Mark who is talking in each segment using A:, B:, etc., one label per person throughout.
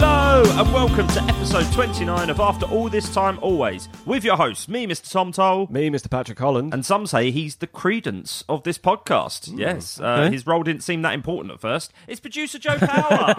A: and welcome to episode 29 of After All This Time Always, with your host, me, Mr. Tom Toll.
B: Me, Mr. Patrick Holland.
A: And some say he's the credence of this podcast. yes, uh, his role didn't seem that important at first. It's producer Joe Power.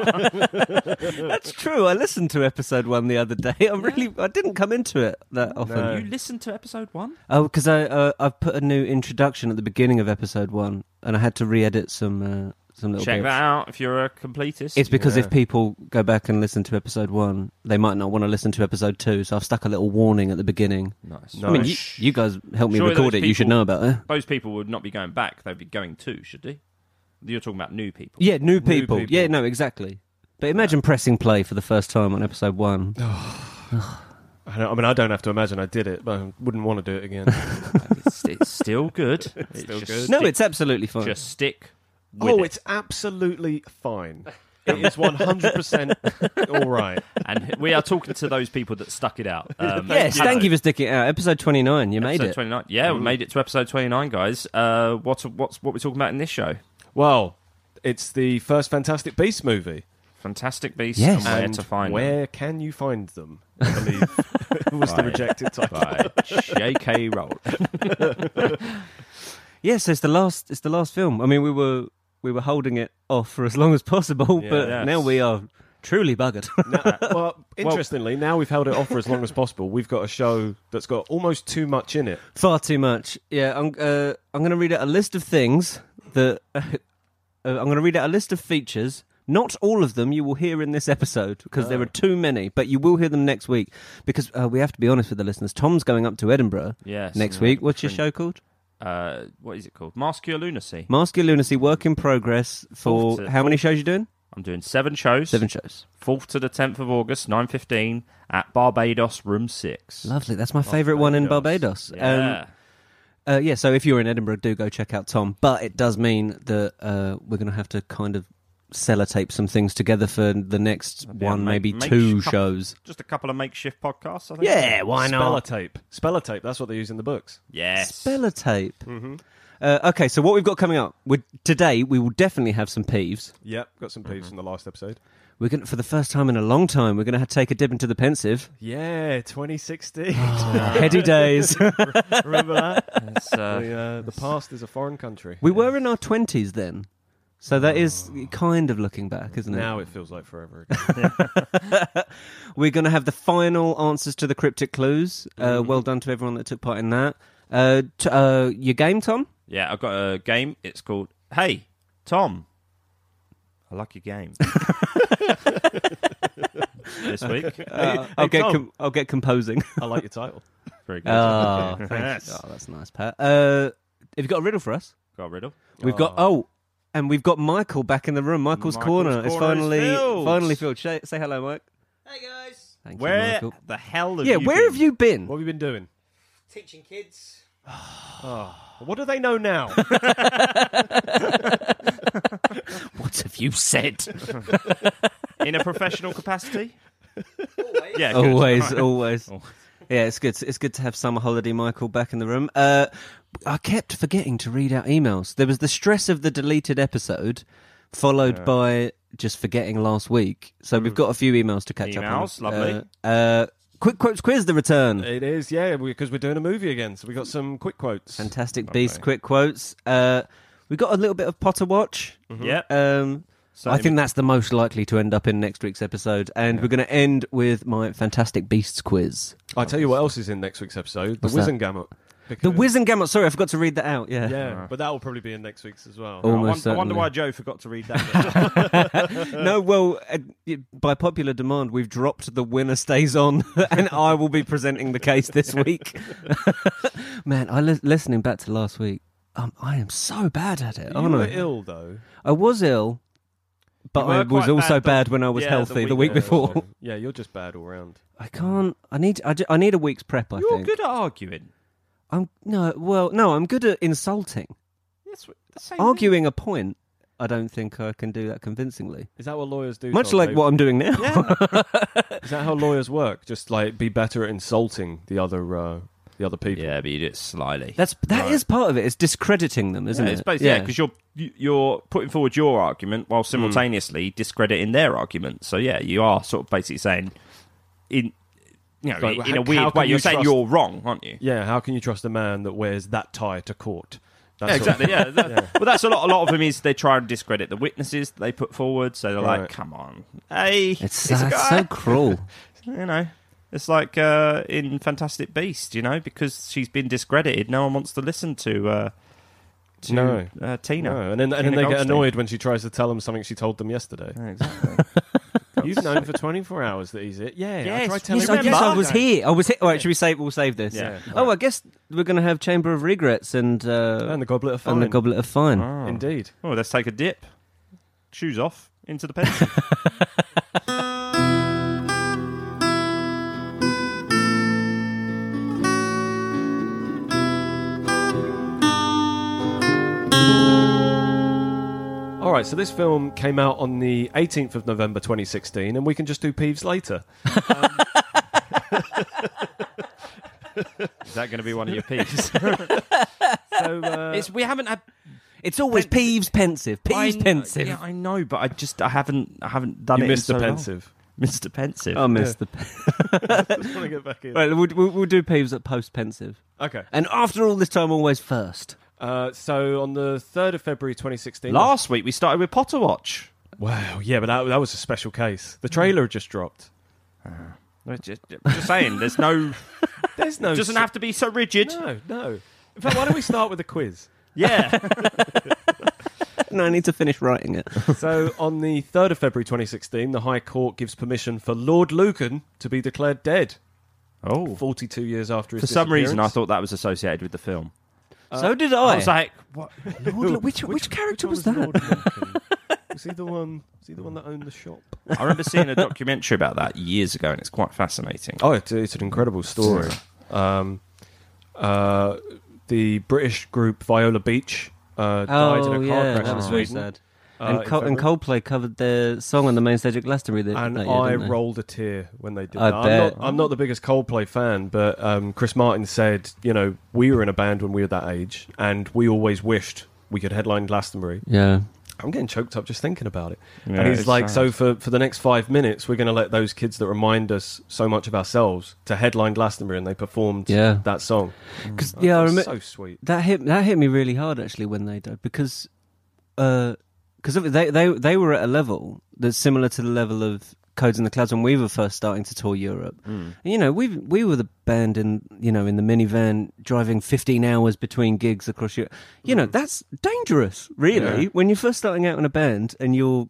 C: That's true. I listened to episode one the other day. I really, I didn't come into it that often.
A: you listened to episode one?
C: Oh, because I, uh, I've put a new introduction at the beginning of episode one, and I had to re-edit some, uh, some little.
A: Check
C: bits.
A: that out if you're a completist.
C: It's because if people go back and listen to episode one, they might not want to listen to episode two. So I've stuck a little warning at the beginning.
A: nice.
C: I mean, you, you guys helped me
A: Surely
C: record it.
A: those
C: You should
A: people-
C: know about it.
A: Those people would not be going back, they'd be going to, should they? You're talking about new people.
C: Yeah, new people.
B: people.
C: Yeah, no, exactly. But imagine pressing play for the first time on episode one.
B: I, don't- I mean, I don't have to imagine I did it, but I wouldn't want to do it again.
A: It's, it's still good. it's
B: still
A: just
B: good.
C: no,
A: stick-
C: it's absolutely fine.
A: just stick. With
B: oh,
A: it.
B: it's absolutely fine. It is 100% all right.
A: and we are talking to those people that stuck it out. Um,
C: yes, thank you for sticking it out. Episode twenty nine, you made
A: Episode
C: it.
A: twenty nine. Yeah, we made it to episode twenty nine, guys. Uh, what's what's what we're talking about in this show?
B: Well, it's the first Fantastic Beast movie.
A: Fantastic Beasts and
C: Yes.
A: where
B: And
A: to find them
B: where can you find them? I believe was the
A: Right.
B: rejected title.
A: by J.K. Rowling.
C: Yes, it's the last. It's the last film. I mean, we were we were holding it off for as long as possible,
B: Yeah.
C: but
A: Yes.
C: now we are truly buggered.
B: well, interestingly, now we've held it off for as long as possible. We've got a show that's got almost too much in it.
C: Far too much. Yeah, I'm. Uh, I'm going to read out a list of things that uh, I'm going to read out a list of features. Not all of them you will hear in this episode because there are too many, but you will hear them next week because uh, we have to be honest with the listeners. Tom's going up to Edinburgh
A: Yes,
C: next
A: yeah.
C: week. What's your show called?
A: Uh, what is it called? Mascular Lunacy.
C: Masculine Lunacy, work in progress for
A: Fourth to-
C: how many shows you doing?
A: I'm doing seven shows.
C: Seven shows.
A: Fourth to the tenth of August, nine fifteen at Barbados, room six.
C: Lovely. That's Oh, my favourite one in Barbados.
A: Yeah.
C: Um, uh, yeah, so if you're in Edinburgh, do go check out Tom. But it does mean that uh, we're going to have to kind of sellotape some things together for the next
A: Yeah,
C: one,
A: ma-
C: maybe
A: make-
C: two
A: couple-
C: shows.
A: Just a couple of makeshift podcasts. I think.
C: Yeah, why
B: Speller
C: not?
B: tape. Speller tape. That's what they use in the books.
A: Yes.
C: Sellotape. Uh, okay, so what we've got coming up we today, we will definitely have some peeves.
B: Yep, got some peeps from the last episode.
C: We're going to, for the first time in a long time, we're going to take a dip into the pensive.
B: Yeah, 2016.
C: Heady days.
B: Remember that?
A: It's, uh,
B: the, uh, the past is a foreign country.
C: we were in our twenties then, so that is kind of looking back, isn't it?
B: now it feels like forever ago.
C: We're going to have the final answers to the cryptic clues.
A: Mm-hmm.
C: Uh, well done to everyone that took part in that. Uh, t- uh, your game, Tom?
A: Yeah, I've got a game. It's called Hey, Tom. I like your game. this week.
C: Uh, I'll
B: hey,
C: get
B: Tom.
C: com- I'll get composing.
B: I like your title.
A: Very good.
C: oh,
A: Yes.
C: that's nice, Pat. Uh, have you got a riddle for us?
A: Got a riddle.
C: We've got oh, and we've got Michael back in the room. Michael's,
A: Ah. Michael's
C: corner. It's
A: corner is
C: finally
A: filled.
C: finally filled. Say, say hello, Mike.
D: Hey guys,
C: Thank you,
A: Where
C: Michael.
A: the hell have
C: Yeah,
A: you
C: where
A: been?
C: have you been?
B: What have you been doing? Oh,
D: teaching kids.
B: What do they know now?
C: What have you said?
A: in a professional capacity?
D: Always.
A: Yeah, good.
C: always, always.
A: Oh.
C: Yeah, it's good. It's good to have summer holiday Michael back in the room. Uh, I kept forgetting to read out emails. There was the stress of the deleted episode, followed by just forgetting last week. So we've got a few emails to catch
A: Hmm. Emails,
C: up on.
A: lovely.
C: Uh, uh, quick quotes quiz the return.
B: it is, yeah, because we, are doing a movie again, so we got some quick quotes.
C: Fantastic beast. Quick quotes. Uh, we got a little bit of Potter watch.
A: Yeah.
C: Um,
A: Same.
C: I think that's the most likely to end up in next week's episode, and we're going to end with my Fantastic Beasts quiz.
B: I tell you what else is in next week's episode: the
C: What's that?
B: Wizengamot.
C: The Wiz and Gamut. Sorry, I forgot to read that out. Yeah.
B: Yeah, but that will probably be in next week's as well.
A: I,
C: Oh.
A: won-
C: almost
A: I wonder
C: certainly.
A: why Joe forgot to read that. bit.
C: No, well, uh, y- by popular demand, we've dropped the winner stays on, and I will be presenting the case this week. Man, I li- listening back to last week. Um, I am so bad at it,
B: You
C: aren't
B: were
C: I?
B: ill though.
C: I was ill, but
A: were
C: I
A: quite
C: was also
A: bad
C: bad,
A: the-
C: when I was
A: yeah, the
C: healthy the
A: week
C: week,
A: before.
C: before.
B: Yeah, you're just bad all round.
C: I can't. I need. I, ju- I need a week's prep. I
A: You're
C: think.
A: good at arguing.
C: I'm no. Well, no. I'm good at insulting,
A: That's what- the same
C: arguing a point. I don't think I can do that convincingly.
B: Is that what lawyers do?
C: Much
B: Tom?
C: like
B: They-
C: what I'm doing now.
A: thing. Yeah.
B: Is that how lawyers work? Just like be better at insulting the other uh, the other people.
A: Yeah, but you do it slyly.
C: That's that is part of it. It's discrediting them, isn't
A: yeah,
C: it?
A: it's basically, yeah, because you're you- you're putting forward your argument while simultaneously discrediting their argument. So yeah, you are sort of basically saying, in you know,
B: Like,
A: in
B: how-
A: a
B: how
A: weird
B: can
A: way,
B: you
A: you're saying
B: trust-
A: you're wrong, aren't you?
B: Yeah, how can you trust a man that wears that tie to court? That's
A: Yeah, exactly. Yeah. that- Well, that's a lot. A lot of them is they try and discredit the witnesses that they put forward. So they're
B: Right.
A: like, "Come on, hey,
C: It's,
A: a
C: uh, it's so
A: guy."
C: cruel.
A: you know." It's like uh, in Fantastic Beast, you know, because she's been discredited. No one wants to listen to uh, to
B: No.
A: uh, Tina.
B: No, and then, and then
A: Tina
B: they get
A: Goldstein.
B: annoyed when she tries to tell them something she told them yesterday.
A: Yeah, exactly.
B: You've known for 24 hours that he's it. Yeah,
A: Yes,
B: I tried telling
C: Yes,
A: you
C: I guess I
A: remember?
C: was here. I was here. All right, should we save? We'll save this.
A: Yeah.
C: Oh, I guess we're going to have Chamber of Regrets and uh,
B: And the Uh, goblet of fire.
C: and the Goblet of Fine.
B: Indeed.
A: Oh, let's take a dip. Shoes off into the pension.
B: All right, so this film came out on the 18th of November 2016, and we can just do Peeves later.
A: Is that going to be one of your pieces?
B: So, uh,
A: it's, we haven't had
C: It's always Peeves pensive. Peeves
A: I-
C: pensive.
A: Yeah, I know, but I just I haven't I haven't done
B: you
A: it.
B: missed
A: in
B: the
A: so long.
B: pensive.
A: Mr. Pensive.
C: I missed Oh, the. Pe-
B: want to get back in.
C: right, we'll, we'll, we'll do Peeves at post pensive.
B: Okay.
C: And after all this time, always first.
B: Uh, so on the 3rd of February 2016.
A: Last week we started with Potter Watch.
B: Wow, yeah, but that, that was a special case. The trailer just dropped.
A: We're Just, just saying, there's no
B: There's
C: Oh,
B: no.
A: doesn't have to be so rigid.
B: No, no. In fact, why don't we start with a quiz?
A: Yeah,
C: No, I need to finish writing it.
B: So, on the 3rd of February 2016, the High Court gives permission for Lord Lucan to be declared dead. Oh. 42 years after his
A: for some reason I
B: disappearance.
A: thought that was associated with the film.
C: so did I.
A: I was like, what?
C: Lord, look, which, which, character
B: one
C: was, that?
B: Lord Lucan? was he the one? Was he the one that owned the shop?
A: I remember seeing a documentary about that years ago, and it's quite fascinating.
B: Oh, it's, it's an incredible story. Um, uh, the British group Viola Beach uh, died in
C: oh
B: a car
C: yeah,
B: crash
C: that
B: in
C: was very
B: Sweden.
C: sad.
B: uh,
C: and,
B: in
C: Col- and
B: February.
C: Coldplay covered their song on the main stage at Glastonbury. That,
B: and
C: that year,
B: I
C: didn't they?
B: rolled a tear when they did
C: I
B: that.
C: bet.
B: I'm, not, I'm not the biggest Coldplay fan, but um, Chris Martin said, you know, we were in a band when we were that age, and we always wished we could headline Glastonbury.
C: Yeah.
B: I'm getting choked up just thinking about it.
A: Yeah,
B: and he's
A: it's
B: like,
A: sad.
B: so for, for the next five minutes, we're going to let those kids that remind us so much of ourselves to headline Glastonbury, and they performed
C: Yeah.
B: that song.
C: 'Cause- yeah, I remember
B: Mm. so sweet.
C: that hit that hit me really hard actually when they died because because they they they were at a level that's similar to the level of Codes in the Clouds when we were first starting to tour Europe.
B: Mm.
C: And, you know, we we were the band in you know in the minivan driving 15 hours between gigs across Europe. You know, that's dangerous, really,
B: Mm. Yeah.
C: when you're first starting out in a band and you're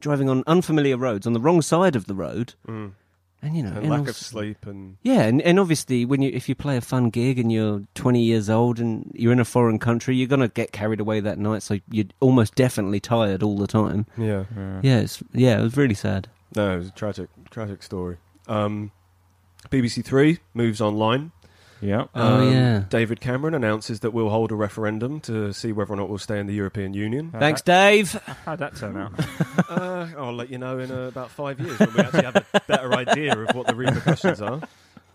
C: driving on unfamiliar roads on the wrong side of the road, and you know,
B: Mm. And
C: and
B: lack of
C: also-
B: sleep and
C: yeah, and, and obviously, when you if you play a fun gig and you're 20 years old and you're in a foreign country, you're gonna get carried away that night, so you're almost definitely tired all the time.
B: yeah,
C: Yeah, it's yeah, it was really sad.
B: no, it was a tragic, tragic story. Um, BBC Three moves online. Um,
A: Yeah,
C: Oh, yeah.
B: David Cameron announces that we'll hold a referendum to see whether or not we'll stay in the European Union.
A: uh,
C: Thanks, Dave.
A: how'd that turn out?
B: Uh, I'll let you know in uh, about five years when we actually have a better idea of what the repercussions are.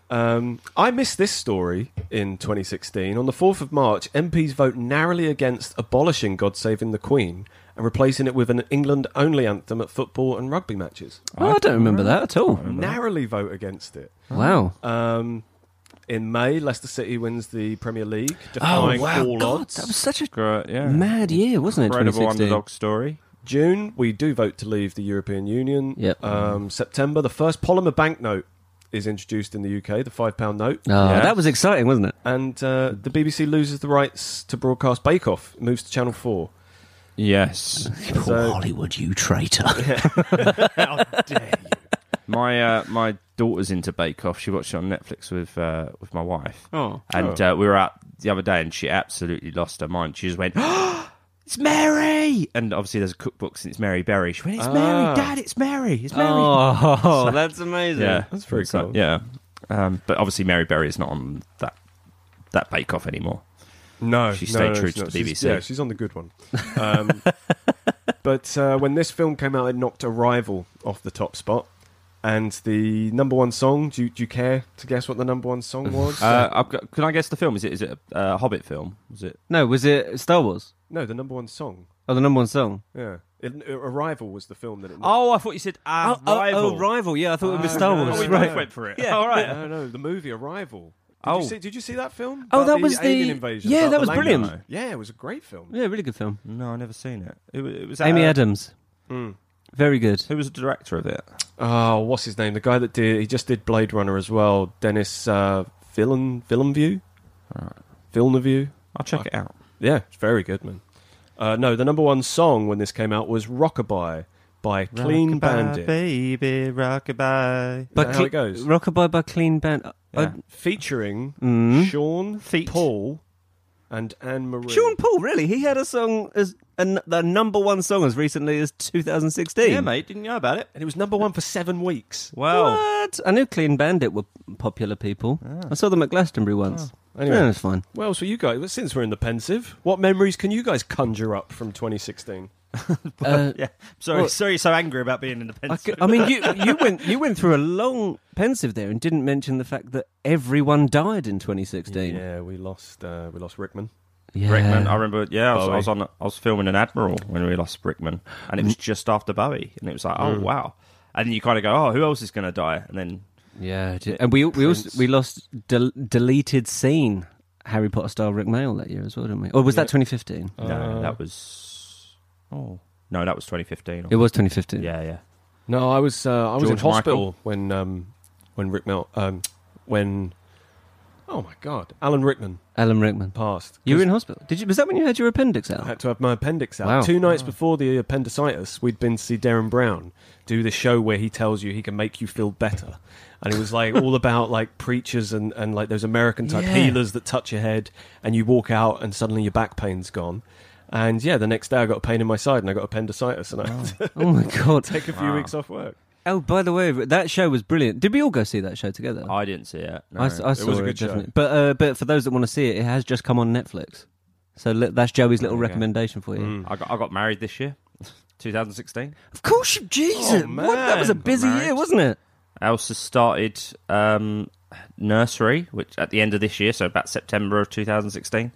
B: Um, I missed this story in 2016. On the 4th of March, MPs vote narrowly against abolishing God Saving the Queen and replacing it with an England only anthem at football and rugby matches.
C: Oh, I don't remember that at all.
B: Narrowly vote against it.
C: Wow.
B: Um, in May, Leicester City wins the Premier League, defying all
C: Oh, God,
B: odds.
C: that was such a
A: Great, yeah,
C: mad year, wasn't it?
A: incredible
C: 2016?
A: underdog story.
B: June, we do vote to leave the European Union.
C: Yep.
B: Um, September, the first polymer banknote is introduced in the UK, the £5 note.
C: Oh,
A: Yeah.
C: that was exciting, wasn't it?
B: And uh, the BBC loses the rights to broadcast Bake Off, It moves to Channel 4.
A: Yes,
C: Poor Hollywood, you traitor.
A: My uh, my daughter's into Bake Off. She watched it on Netflix with uh, with my wife.
C: Oh.
A: and uh, we were out the other day, and she absolutely lost her mind. She just went, "It's Mary!" And obviously, there's a cookbook, and it's Mary Berry. She went, "It's
B: Ah.
A: Mary, Dad! It's Mary! It's Mary!"
C: Oh, that's amazing.
A: yeah,
B: That's very
A: So,
B: cool.
A: Yeah, um, but obviously, Mary Berry is not on that that Bake Off anymore.
B: No,
A: She
B: no,
A: stayed
B: no,
A: true
B: she's
A: to
B: not.
A: the
B: She's-
A: BBC.
B: yeah, she's on the good one. Um, but uh, when this film came out, it knocked Arrival off the top spot, And the number one song, do you, do you care to guess what the number one song was?
A: Uh, I've got, can I guess the film? Is it is it a uh, Hobbit film? Was it?
C: No, was it Star Wars?
B: no, the number one song.
C: Oh, the number one song.
B: Yeah. It, Arrival was the film that it.
A: Oh, I thought you said Arrival.
C: Oh, oh, Rival. Yeah, I thought it was
B: Oh,
C: Star
B: no.
C: Wars.
A: Oh, we
C: right.
A: both went for it.
C: Yeah.
A: All right.
B: No, no, the movie Arrival. Did
A: Oh.
B: you see? Did you see that film?
C: Oh,
B: About
C: that was
B: the alien
C: the-
B: invasion.
C: yeah,
B: about
C: that
B: the
C: was
B: Langdon.
C: brilliant.
B: Yeah, it was a great film.
C: Yeah, really good film.
A: No, I never seen it. It, wa- it was
C: Amy
A: uh,
C: Adams. Very good.
A: Who was the director of it?
B: Oh, what's his name? The guy that did he just did Blade Runner as well, Dennis uh, Villen Villenview. Villeneuve.
A: I'll check it out.
B: Yeah, it's very good, man. Uh, no, the number one song when this came out was "Rockabye" by Clean
A: Rockabye,
B: Bandit,
A: baby, rockabye.
B: But how it goes.
C: Rockabye by Clean Band. uh,
A: Yeah.
B: featuring
C: Mm.
B: Sean
A: Feet.
B: Paul and Anne Marie.
C: Sean Paul, really? He had a song as a n the number one song as recently as 2016.
A: Yeah, mate, didn't know about it.
B: and it was number one for seven weeks.
A: Wow.
C: What? I knew Clean Bandit were popular people. I saw them at Glastonbury once.
B: Anyway.
C: Yeah, it's fine.
B: Well, so you guys, since we're in the pensive, what memories can you guys conjure up from 2016?
C: Uh,
A: Yeah. Sorry,
C: Well-
A: sorry, you're so angry about being
C: I,
A: independent.
C: c- I mean, you you went you went through a long pensive there and didn't mention the fact that everyone died in 2016.
B: Yeah, we lost. Uh, we lost Rickman.
C: Yeah.
A: Rickman, I remember. Yeah, I was, I
B: Bowie.
A: was on. I was filming an Admiral when we lost Rickman, and it
C: Mm.
A: was just after Bowie, and it was like, oh wow. And you kind of go, oh, who else is going to die? And then
C: Yeah, d- and we we also, we lost del- deleted scene Harry Potter style Rick Mail that year as well, didn't we? Or was that 2015?
A: no, that was oh no, that was 2015.
C: It was 2015.
A: yeah, yeah.
B: No, I was. Uh, I was in
A: George
B: hospital
A: Michael.
B: when um, when Rickman um, when oh my god, Alan Rickman
C: Alan Rickman.
B: passed.
C: You were in hospital. Did you? Was that when you had your appendix out?
B: I had to have my appendix out.
C: Wow.
B: Two nights before the appendicitis, we'd been to see Darren Brown do the show where he tells you he can make you feel better. And it was like all about like preachers and, and like those American type
C: Yeah.
B: healers that touch your head and you walk out and suddenly your back pain's gone. And yeah, the next day I got a pain in my side and I got appendicitis and I had to
C: Oh my god!
B: take a few weeks off work.
C: Oh, by the way, that show was brilliant. Did we all go see that show together?
A: I didn't see it. No.
C: I s- I saw
B: was
C: it,
B: a good show.
C: definitely. But uh, but for those that want to see it, it has just come on Netflix. So le- that's Joey's little
A: There you go. Mm.
C: recommendation for you.
A: I got I got married this year, 2016.
C: Of course, you, Jesus!
B: Oh,
C: what? That was a
B: man.
C: busy
A: Got
C: year,
A: married.
C: wasn't it?
A: I also started um, nursery, which at the end of this year, so about September of 2016,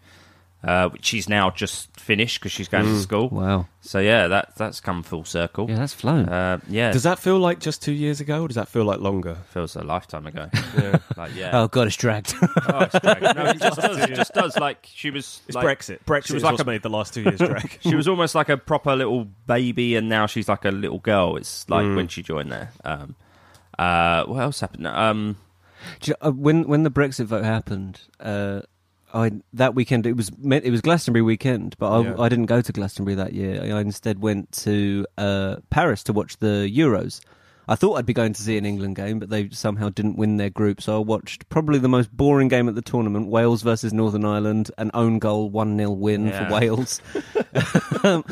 A: uh, which she's now just finished because she's going to school.
C: Wow.
A: So yeah, that that's come full circle.
C: Yeah, that's flown.
A: Uh, yeah,
B: Does that feel like just two years ago or does that feel like longer?
A: feels a lifetime ago.
B: Yeah.
A: like yeah,
C: oh god, it's dragged.
A: Oh, it's great. no, it just does. It just does. Like she was.
B: It's
A: like,
B: Brexit. Brexit
A: she was
B: was
A: like
B: like
A: a-
B: made the last two years drag.
A: She was almost like a proper little baby, and now she's like a little girl. It's like when she joined there. Um, uh, what else happened? Um,
C: Do you know, uh, when when the Brexit vote happened, uh, I that weekend it was meant it was Glastonbury weekend, but I,
B: Yeah.
C: I didn't go to Glastonbury that year. I instead went to uh, Paris to watch the Euros. I thought I'd be going to see an England game, but they somehow didn't win their group, so I watched probably the most boring game at the tournament: Wales versus Northern Ireland, an own goal, one 0 win
A: Yeah.
C: for Wales. um,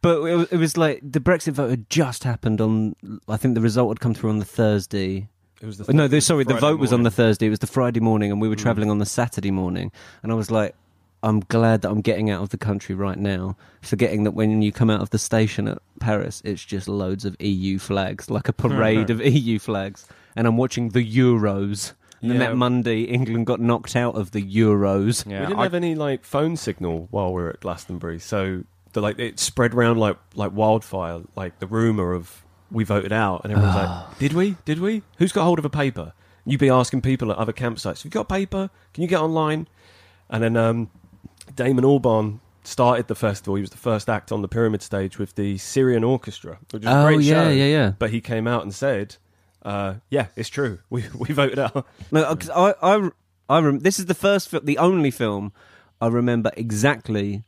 C: but it was, it was like the Brexit vote had just happened on. I think the result had come through on the Thursday.
B: It was the
C: No, the, sorry, the
B: Friday
C: vote was on
B: morning. Mm.
C: the Thursday. It was the Friday morning, and we were traveling on the Saturday morning. And I was like, I'm glad that I'm getting out of the country right now, forgetting that when you come out of the station at Paris, it's just loads of EU flags, like a parade of EU flags. And I'm watching the Euros. And then
B: Yeah.
C: that Monday, England got knocked out of the Euros.
A: yeah,
B: we didn't
A: I-
B: have any like phone signal while we were at Glastonbury, so the, like it spread round like like wildfire, like the rumor of we voted out, and everyone's
C: Ah.
B: like, "Did we? Did we? Who's got hold of a paper?" And you'd be asking people at other campsites, "Have you got paper? Can you get online?" And then um, Damon Albarn started the festival. He was the first act on the pyramid stage with the Syrian Orchestra, which was
C: Oh,
B: a great
C: yeah,
B: show.
C: yeah, yeah.
B: But he came out and said. Uh, yeah, it's true. We we voted out.
C: No, uh, 'cause I, I, I rem- this is the first, fi- the only film I remember exactly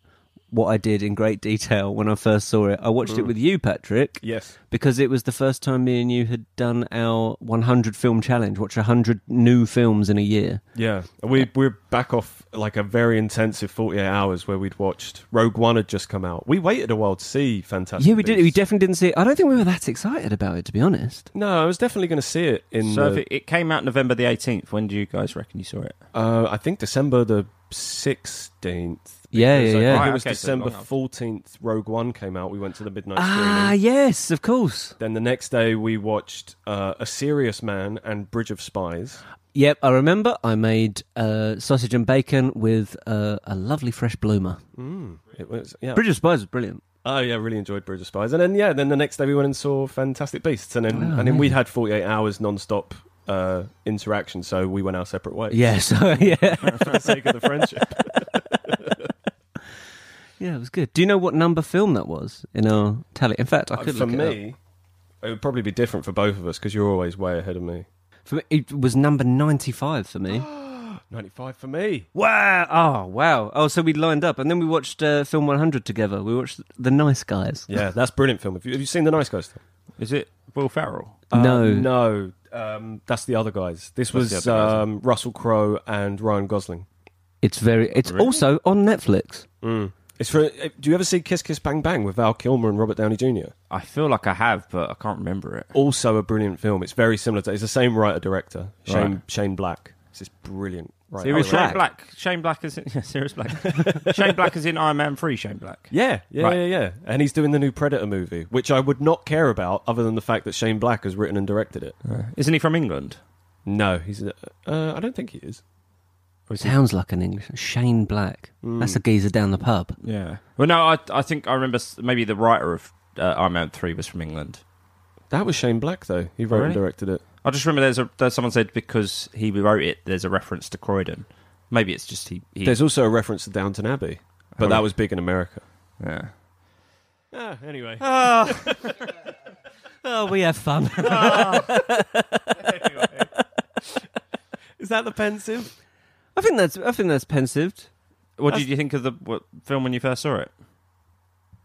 C: what I did in great detail when I first saw it. I watched
B: Mm.
C: it with you, Patrick.
B: Yes,
C: because it was the first time me and you had done our 100 film challenge, watch 100 new films in a year.
B: Yeah, and we we're back off like a very intensive forty eight hours where we'd watched Rogue One had just come out. We waited a while to see Fantastic.
C: yeah, we did. We
B: Beasts.
C: definitely didn't see it. I don't think we were that excited about it, to be honest.
B: No, I was definitely going to see it in.
A: so if
B: the,
A: it, it came out November the 18th. When do you guys reckon you saw it?
B: uh, I think December the sixteenth.
C: Yeah,
B: because
C: yeah,
B: I
C: yeah.
B: think
A: Right,
B: it was
A: okay, so
B: December
A: long after.
B: fourteenth. Rogue One came out. We went to the midnight
C: Ah,
B: screening.
C: yes, of course.
B: Then the next day we watched uh, A Serious Man and Bridge of Spies.
C: Yep, I remember. I made uh, sausage and bacon with uh, a lovely fresh bloomer.
B: It was yeah.
C: Bridge of Spies was brilliant.
B: oh yeah, really enjoyed Bridge of Spies. And then yeah, then the next day we went and saw Fantastic Beasts. And then and then we'd had forty eight hours non-stop uh, interaction. So we went our separate ways.
C: Yes, yeah,
B: for the sake of the friendship.
C: yeah, it was good. Do you know what number film that was in our tally? In fact, I could
B: for
C: look it up.
B: me, it would probably be different for both of us because you're always way ahead of me.
C: For me, it was number ninety-five for me.
B: Ninety-five for me.
C: wow! Oh, wow! Oh, so we lined up, and then we watched uh, film one hundred together. We watched The Nice Guys.
B: Yeah, that's brilliant film. Have you, have you seen The Nice Guys?
A: Is it Will Ferrell?
C: no,
B: Uh, no. Um, that's the other guys. This
A: That's
B: was
A: the other guys,
B: um, Russell Crowe and Ryan Gosling.
C: it's very. It's also on Netflix.
B: It's for. uh, Do you ever see Kiss Kiss Bang Bang with Val Kilmer and Robert Downey Jr.?
A: I feel like I have, but I can't remember it.
B: Also a brilliant film. It's very similar to. It's the same writer director, Shane
A: Right.
B: Shane Black. It's just brilliant. Right.
A: Serious
C: Oh,
A: Shane
C: Black.
A: Black. Shane Black is in, yeah, Serious Black. Shane Black is in Iron Man Three. Shane Black.
B: Yeah, yeah,
A: Right.
B: yeah, yeah. And he's doing the new Predator movie, which I would not care about other than the fact that Shane Black has written and directed it.
A: Isn't he from England?
B: No, he's. Uh, I don't think he is.
C: Sounds like an English Shane Black. That's the geezer down the pub.
A: Yeah. Well, no, I I think I remember s- maybe the writer of uh, Iron Man Three was from England.
B: That was Shane Black, though. He wrote and
A: Really?
B: directed it.
A: I just remember there's a there's someone said because he wrote it, there's a reference to Croydon. Maybe it's just he. he
B: There's also a reference to Downton Abbey, but
A: Oh.
B: that was big in America.
A: yeah.
B: Ah, anyway.
C: Oh, we have fun.
B: Is that the pensive?
C: I think that's. I think that's pensived.
A: What did you think of the what, film when you first saw it?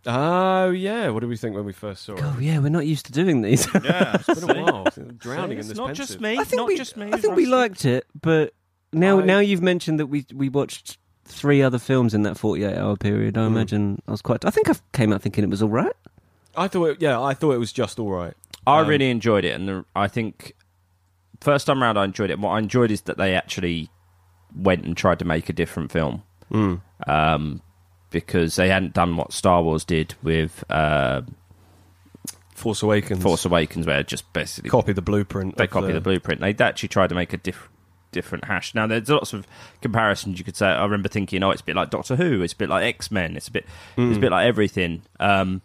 B: Oh, yeah. What did we think when we first saw it?
C: Oh yeah, we're not used to doing these.
A: Yeah,
B: It's been a while. Drowning in
A: it's
B: this
A: not
B: pensive.
A: just me.
C: I think
A: not
C: we.
A: just me.
C: I think we liked it, but now
B: I-
C: now you've mentioned that we we watched three other films in that forty eight hour period.
A: Mm.
C: I imagine I was quite. I think I came out thinking it was all right.
B: I thought, it, yeah, I thought it was just all right.
A: I
C: um,
A: really enjoyed it, and the- I think first time round I enjoyed it. What I enjoyed is that they actually went and tried to make a different film,
B: Hmm.
A: um, because they hadn't done what Star Wars did with uh,
B: Force Awakens.
A: Force Awakens, where it just basically
B: Copy the blueprint.
A: they
B: of
A: copy the, blueprint. They actually tried to make a diff- different hash. Now, there's lots of comparisons you could say. I remember thinking, oh, it's a bit like Doctor Who, it's a bit like X Men, it's a bit, it's a bit like everything. Um,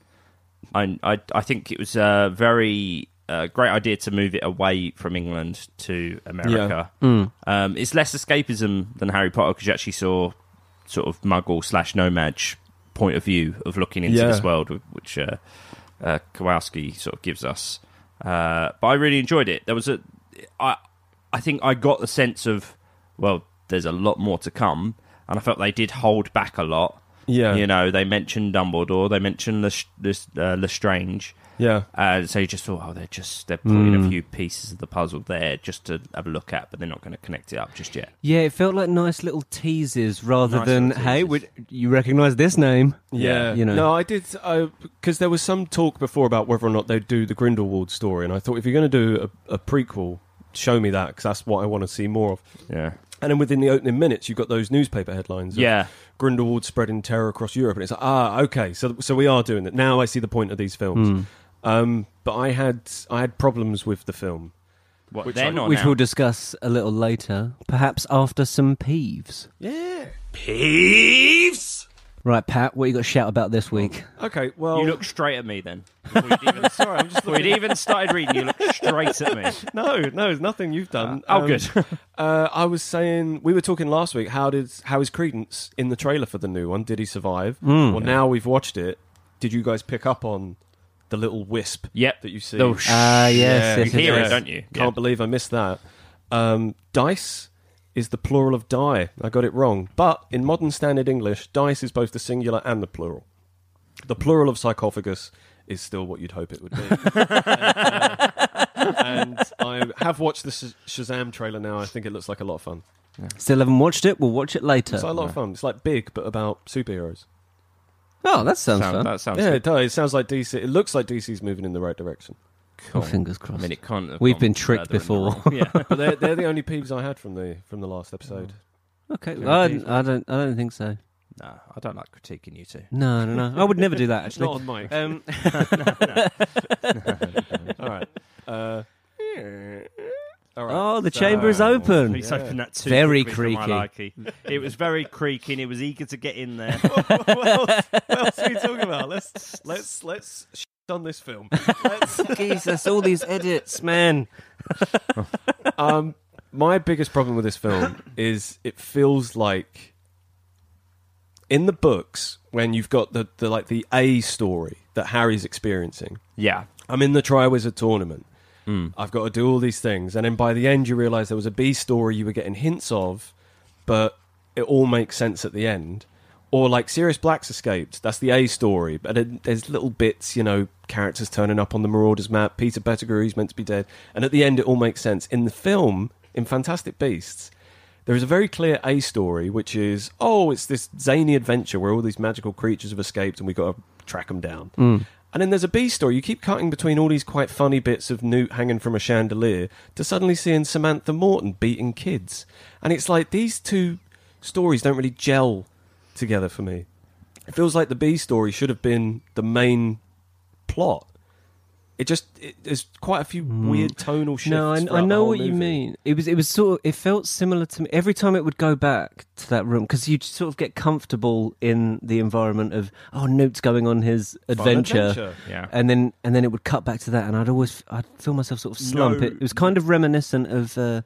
A: I, I, I think it was a very uh, great idea to move it away from England to America. Um, it's less escapism than Harry Potter because you actually saw sort of Muggle slash Nomad sh- point of view of looking into
B: Yeah.
A: this world, wh- which uh, uh, Kowalski sort of gives us. Uh, but I really enjoyed it. There was a, I, I think I got the sense of, well, there's a lot more to come, and I felt they did hold back a lot.
B: Yeah.
A: you know, they mentioned Dumbledore, they mentioned Lest- Lest- uh, Lestrange.
B: Yeah.
A: Uh, so you just thought, oh, they're just they're putting
C: Hmm.
A: a few pieces of the puzzle there just to have a look at, but they're not going to connect it up just yet.
C: Yeah, it felt like nice little teases rather
A: Nice
C: than
A: little
C: hey,
A: teases.
C: would, you recognise this name?
B: Yeah,
C: you know.
B: No, I did because there was some talk before about whether or not they'd do the Grindelwald story, and I thought if you're going to do a, a prequel, show me that because that's what I want to see more of.
A: Yeah,
B: And then within the opening minutes, you've got those newspaper headlines. of
A: yeah,
B: Grindelwald spreading terror across Europe, and it's like, ah, okay, so so we are doing that now. I see the point of these
A: Hmm.
B: films. Um, but I had I had problems with the film.
A: what, they're not
C: Which
A: now.
C: we'll discuss a little later, perhaps after some peeves.
B: Yeah.
C: Right, Pat, what you got to shout about this week?
B: Okay. Well,
A: You look straight at me then. Before you'd even,
B: Oh. sorry. I'm just
A: before you'd even started reading, you looked straight at me.
B: no, no, it's nothing you've done. Um,
A: Uh, oh, good.
B: uh, I was saying we were talking last week. How did how is Credence in the trailer for the new one? Did he survive?
A: Hmm.
B: well, now we've watched it. Did you guys pick up on the little wisp?
A: Yep.
B: that you see.
A: Oh, sh-
C: Ah, yes,
B: Yeah,
C: yes,
A: you
C: yes,
A: hear
C: yes.
A: it, don't you?
B: Can't believe I missed that. Um, dice is the plural of die. I got it wrong. But in modern standard English, dice is both the singular and the plural. The plural of sarcophagus is still what you'd hope it would be. and, uh, and I have watched the Sh- Shazam trailer now. I think it looks like a lot of fun.
C: Still haven't watched it. We'll watch it later.
B: It's like a lot of fun. It's like big, but about superheroes.
C: Oh, that sounds
A: Sound-
C: fun.
A: that sounds
B: Yeah,
A: good.
B: it does. It sounds like DC. It looks like DC's moving in the right direction.
C: Oh, fingers crossed.
A: I mean, it can't. have
C: We've
A: gone
C: been tricked
A: further in the
C: before.
A: wrong. Yeah.
B: But they're, they're the only peeps I had from the from the last episode.
C: Okay,
B: Can
C: well, I,
B: we please-
C: I don't. I don't think so.
A: No, I don't like critiquing you two.
C: No, no, no. I would never do that
B: It's not
C: actually.
B: on mic.
C: Um,
B: all right. Uh, all right.
C: oh, the chamber is open.
A: Um, He's
B: Yeah.
A: opened that too
C: Very
A: quickly for my
C: creaky.
A: liking. It was very creaky. and It was eager to get in there.
B: what, else, what else are we talking about? Let's let's let's shit on this film. Let's,
C: Jesus, all these edits, man.
B: um, my biggest problem with this film is it feels like in the books when you've got the, the like the A story that Harry's experiencing.
A: yeah,
B: I'm in the Triwizard tournament. I've got to do all these things, and then by the end, you realise there was a B story you were getting hints of, but it all makes sense at the end. Or like Sirius Black's escaped. That's the A story, but it, there's little bits, you know, characters turning up on the Marauders map. Peter Pettigrew's meant to be dead, and at the end, it all makes sense. In the film, in Fantastic Beasts, there is a very clear A story, which is oh, it's this zany adventure where all these magical creatures have escaped and we've got to track them down.
C: Hmm.
B: And then there's a B story. You keep cutting between all these quite funny bits of Newt hanging from a chandelier to suddenly seeing Samantha Morton beating kids. And it's like these two stories don't really gel together for me. It feels like the B story should have been the main plot. It just it, there's quite a few weird tonal shifts.
C: No, Hmm. I,
B: throughout
C: I
B: the
C: know
B: whole
C: what you
B: movie.
C: mean. It was it was sort of it felt similar to me every time it would go back to that room because you sort of get comfortable in the environment of oh Newt's going on his
B: Fun
C: adventure,
A: yeah.
C: and then and then it would cut back to that and I'd always I'd feel myself sort of slump.
A: No.
C: It, it was kind of reminiscent of. Uh,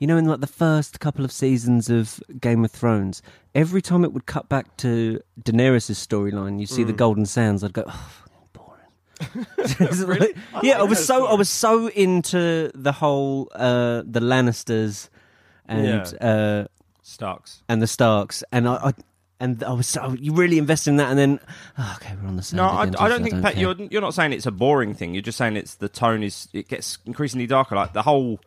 C: you know, in like the first couple of seasons of Game of Thrones, every time it would cut back to Daenerys' storyline, you
B: Mm.
C: see the Golden Sands, I'd go, oh, It's like- yeah, I was so I was so into the whole uh, the Lannisters and
B: Yeah.
C: uh,
A: Starks.
C: and the Starks, and I, I and I was so you really invested in that, and then oh, okay, we're on the same.
A: No, I, I
C: again,
A: don't think Pat,
C: care.
A: you're you're not saying it's a boring thing. You're just saying it's the tone is it gets increasingly darker. Like the whole,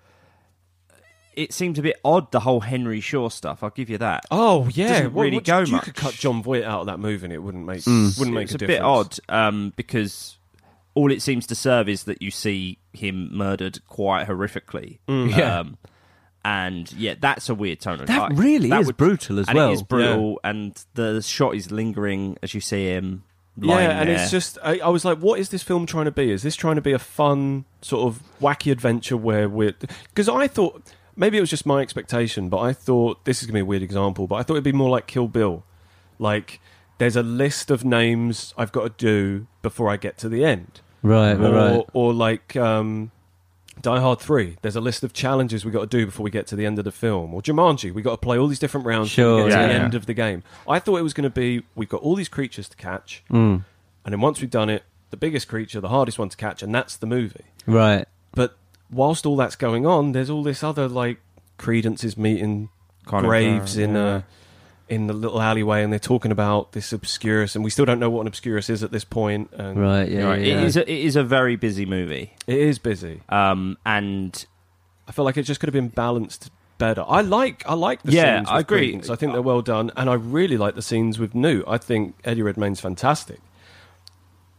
A: it seems a bit odd. The whole Henry Shaw stuff. I'll give you that.
B: Oh yeah,
A: Doesn't
B: What-
A: really
B: what-
A: go
B: You
A: much.
B: could cut John Voight out of that movie, and it wouldn't make wouldn't make
A: it's
B: a,
A: a,
B: difference.
A: bit odd um, because all it seems to serve is that you see him murdered quite horrifically.
C: Yeah.
A: Um, and yeah, that's a weird tone. of-
C: That
A: like,
C: really is brutal as
A: and
C: well.
A: It is brutal, and the shot is lingering as you see him.
B: Yeah,
A: lying
B: and
A: there.
B: it's just I, I was like, what is this film trying to be? Is this trying to be a fun sort of wacky adventure where we're? Because I thought maybe it was just my expectation, but I thought this is gonna be a weird example, but I thought it'd be more like Kill Bill, like. There's a list of names I've got to do before I get to the end.
C: right, right, right.
B: or, or like um, Die Hard Three. There's a list of challenges we got to do before we get to the end of the film. Or Jumanji, we got to play all these different rounds before we
C: Sure,
B: get to
A: yeah,
B: the
A: yeah.
B: end of the game. I thought it was going to be we've got all these creatures to catch,
C: Mm.
B: and then once we've done it, the biggest creature, the hardest one to catch, and that's the movie.
C: right.
B: But whilst all that's going on, there's all this other like Credence's meeting
A: Kind of,
B: graves
A: uh,
B: in
A: yeah.
B: uh in the little alleyway, and they're talking about this obscurus, and we still don't know what an obscurus is at this point. And
C: Right, yeah,
A: You're right.
C: yeah, yeah.
A: It is a, it is a very busy movie,
B: It is busy.
A: um, and
B: I feel like it just could have been balanced better. I like I like the
A: Yeah,
B: scenes.
A: I
B: With
A: agree.
B: Credence. I think they're well done, and I really like the scenes with Newt. I think Eddie Redmayne's fantastic.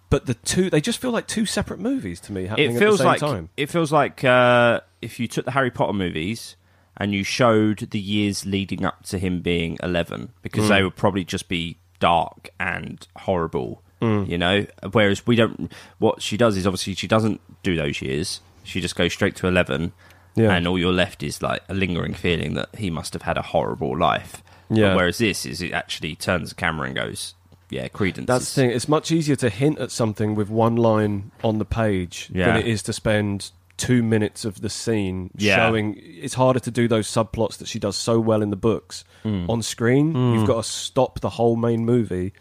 B: But the two, they just feel like two separate movies to me. Happening
A: it feels
B: at the
A: like
B: same time.
A: it feels like uh, if you took the Harry Potter movies and you showed the years leading up to him being eleven, because
B: Mm.
A: they would probably just be dark and horrible,
B: Mm.
A: you know. Whereas we don't. What she does is obviously she doesn't do those years. She just goes straight to eleven,
B: Yeah.
A: and all you're left is like a lingering feeling that he must have had a horrible life.
B: Yeah.
A: Whereas this is it actually turns the camera and goes, yeah, credence.
B: That's the thing. It's much easier to hint at something with one line on the page
A: Yeah.
B: than it is to spend two minutes of the scene
A: Yeah.
B: showing. It's harder to do those subplots that she does so well in the books
A: Hmm.
B: on screen. You've got to stop the whole main movie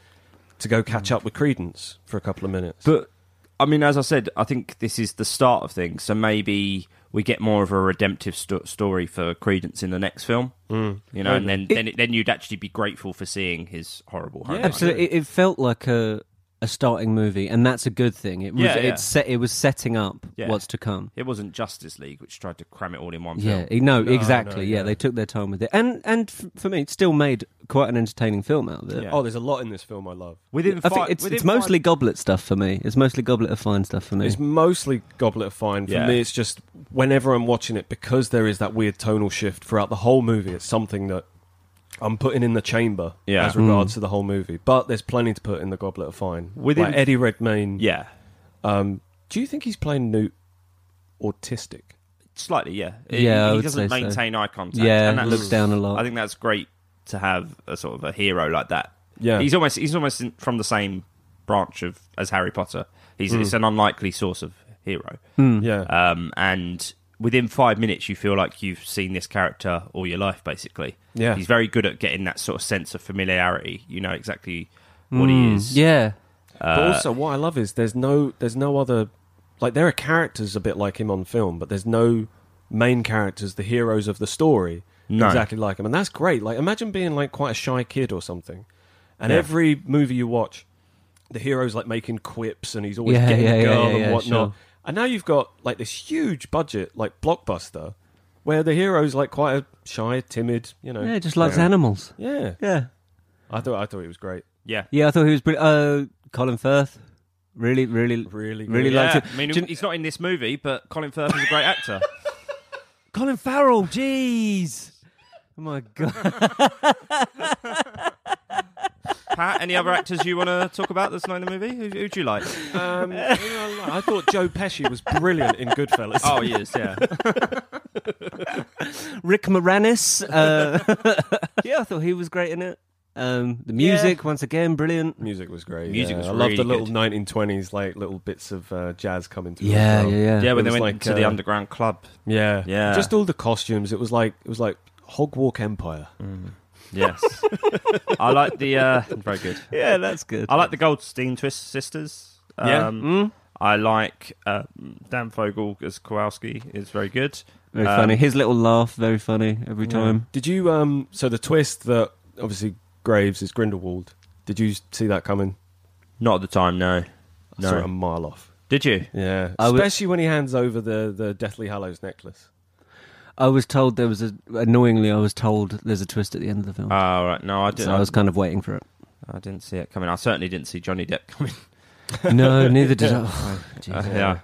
B: to go catch up with Credence for a couple of minutes.
A: Hmm. But I mean, as I said, I think this is the start of things. So maybe we get more of a redemptive sto- story for Credence in the next film.
C: Hmm.
A: Mm. You know, and then then, it, then you'd actually be grateful for seeing his horrible. home life.
C: Absolutely, it, it felt like a a starting movie, and that's a good thing. It was
A: Yeah, yeah.
C: It, set, it was setting up
A: Yeah.
C: what's to come.
A: It wasn't Justice League, which tried to cram it all in one
C: Yeah,
A: film.
C: e- no,
B: No,
C: exactly.
B: no,
C: yeah.
B: yeah.
C: they took their time with it, and and f- for me, it still made quite an entertaining film out of it.
A: Yeah.
B: Oh, there's a lot in this film I love.
A: Within
C: I
A: five,
C: think it's,
A: within
C: it's mostly
A: five-
C: goblet stuff for me. It's mostly goblet of fine stuff for me.
B: It's mostly Goblet of Fire. For
A: Hmm. Yeah.
B: me, it's just whenever I'm watching it, because there is that weird tonal shift throughout the whole movie, it's something that I'm putting in the chamber
A: Yeah.
B: as regards to the whole movie, but there's plenty to put in the Goblet of Fire.
A: Within-
B: Within like Eddie Redmayne,
A: Yeah,
B: Um, do you think he's playing Newt autistic?
A: slightly. Yeah, He-
C: Yeah, I
A: He
C: would
A: doesn't
C: say so.
A: maintain eye contact.
C: Yeah,
A: and that
C: looks down a lot.
A: I think that's great to have a sort of a hero like that.
B: Yeah.
A: he's almost he's almost in, from the same branch of as Harry Potter. He's
C: Hmm.
A: it's an unlikely source of hero.
B: Yeah,
A: Um, and within five minutes, you feel like you've seen this character all your life, basically.
B: Yeah.
A: He's very good at getting that sort of sense of familiarity. You know exactly what he is.
C: Hmm. Yeah. Uh,
B: but also what I love is there's no there's no other like there are characters a bit like him on film, but there's no main characters, the heroes of the story,
A: No.
B: exactly like him, and that's great. Like imagine being like quite a shy kid or something, and
A: Yeah.
B: every movie you watch, the hero's like making quips and he's always
C: Yeah,
B: getting
C: yeah,
B: a
C: yeah,
B: girl
C: yeah,
B: and
C: yeah,
B: whatnot.
C: sure.
B: And now you've got like this huge budget like blockbuster, where the hero's like quite a shy, timid, you know.
C: Yeah, he just likes animals.
B: Yeah,
C: Yeah.
B: I thought I thought it was great.
A: Yeah.
C: Yeah, I thought he was pretty. Uh, Colin Firth. Really, really,
B: Really
C: really
A: Yeah.
C: liked it.
A: I mean,
C: Do you-
A: he's not in this movie, but Colin Firth is a great actor.
C: Colin Farrell, jeez. Oh my god.
A: Pat, any other actors you want to talk about that's not in the movie? Who, who'd you like?
B: Um, who I like? I thought Joe Pesci was brilliant in Goodfellas.
A: Oh, he is, yeah.
C: Rick Moranis. Uh, yeah, I thought he was great in it. Um, the music, once again, brilliant.
B: Music was great.
A: Music
B: yeah.
A: was
B: I love
A: really
B: the little
A: good.
B: 1920s like little bits of uh, jazz coming through.
C: Yeah,
B: as well.
C: yeah, yeah.
A: Yeah, when
B: It
A: they went
B: was like,
A: to the
B: uh,
A: underground club.
B: yeah,
A: Yeah.
B: Just all the costumes. It was like it was like Hogwark Empire.
A: Yes. I like the... Uh, very good.
C: Yeah, that's good. Hmm?
A: I like the Goldstein Twist sisters.
B: Yeah.
A: Um, I like uh, Dan Fogel as Kowalski is very good.
C: Very
A: Um,
C: funny. His little laugh, very funny every time.
B: Did you? Um. So the twist that obviously Graves is Grindelwald. Did you see that coming?
A: Not at the time, no.
B: I
A: No.
B: saw it a mile off.
A: Did you?
B: Yeah,
C: I would-
B: especially when he hands over the the Deathly Hallows necklace.
C: I was told there was a. Annoyingly, I was told there's a twist at the end of the film.
A: Oh, right. No, I didn't.
C: so I was kind of waiting for it.
A: I didn't see it coming. I certainly didn't see Johnny Depp coming.
C: No, neither did I. Oh,
A: Uh,
C: jeez.
A: yeah.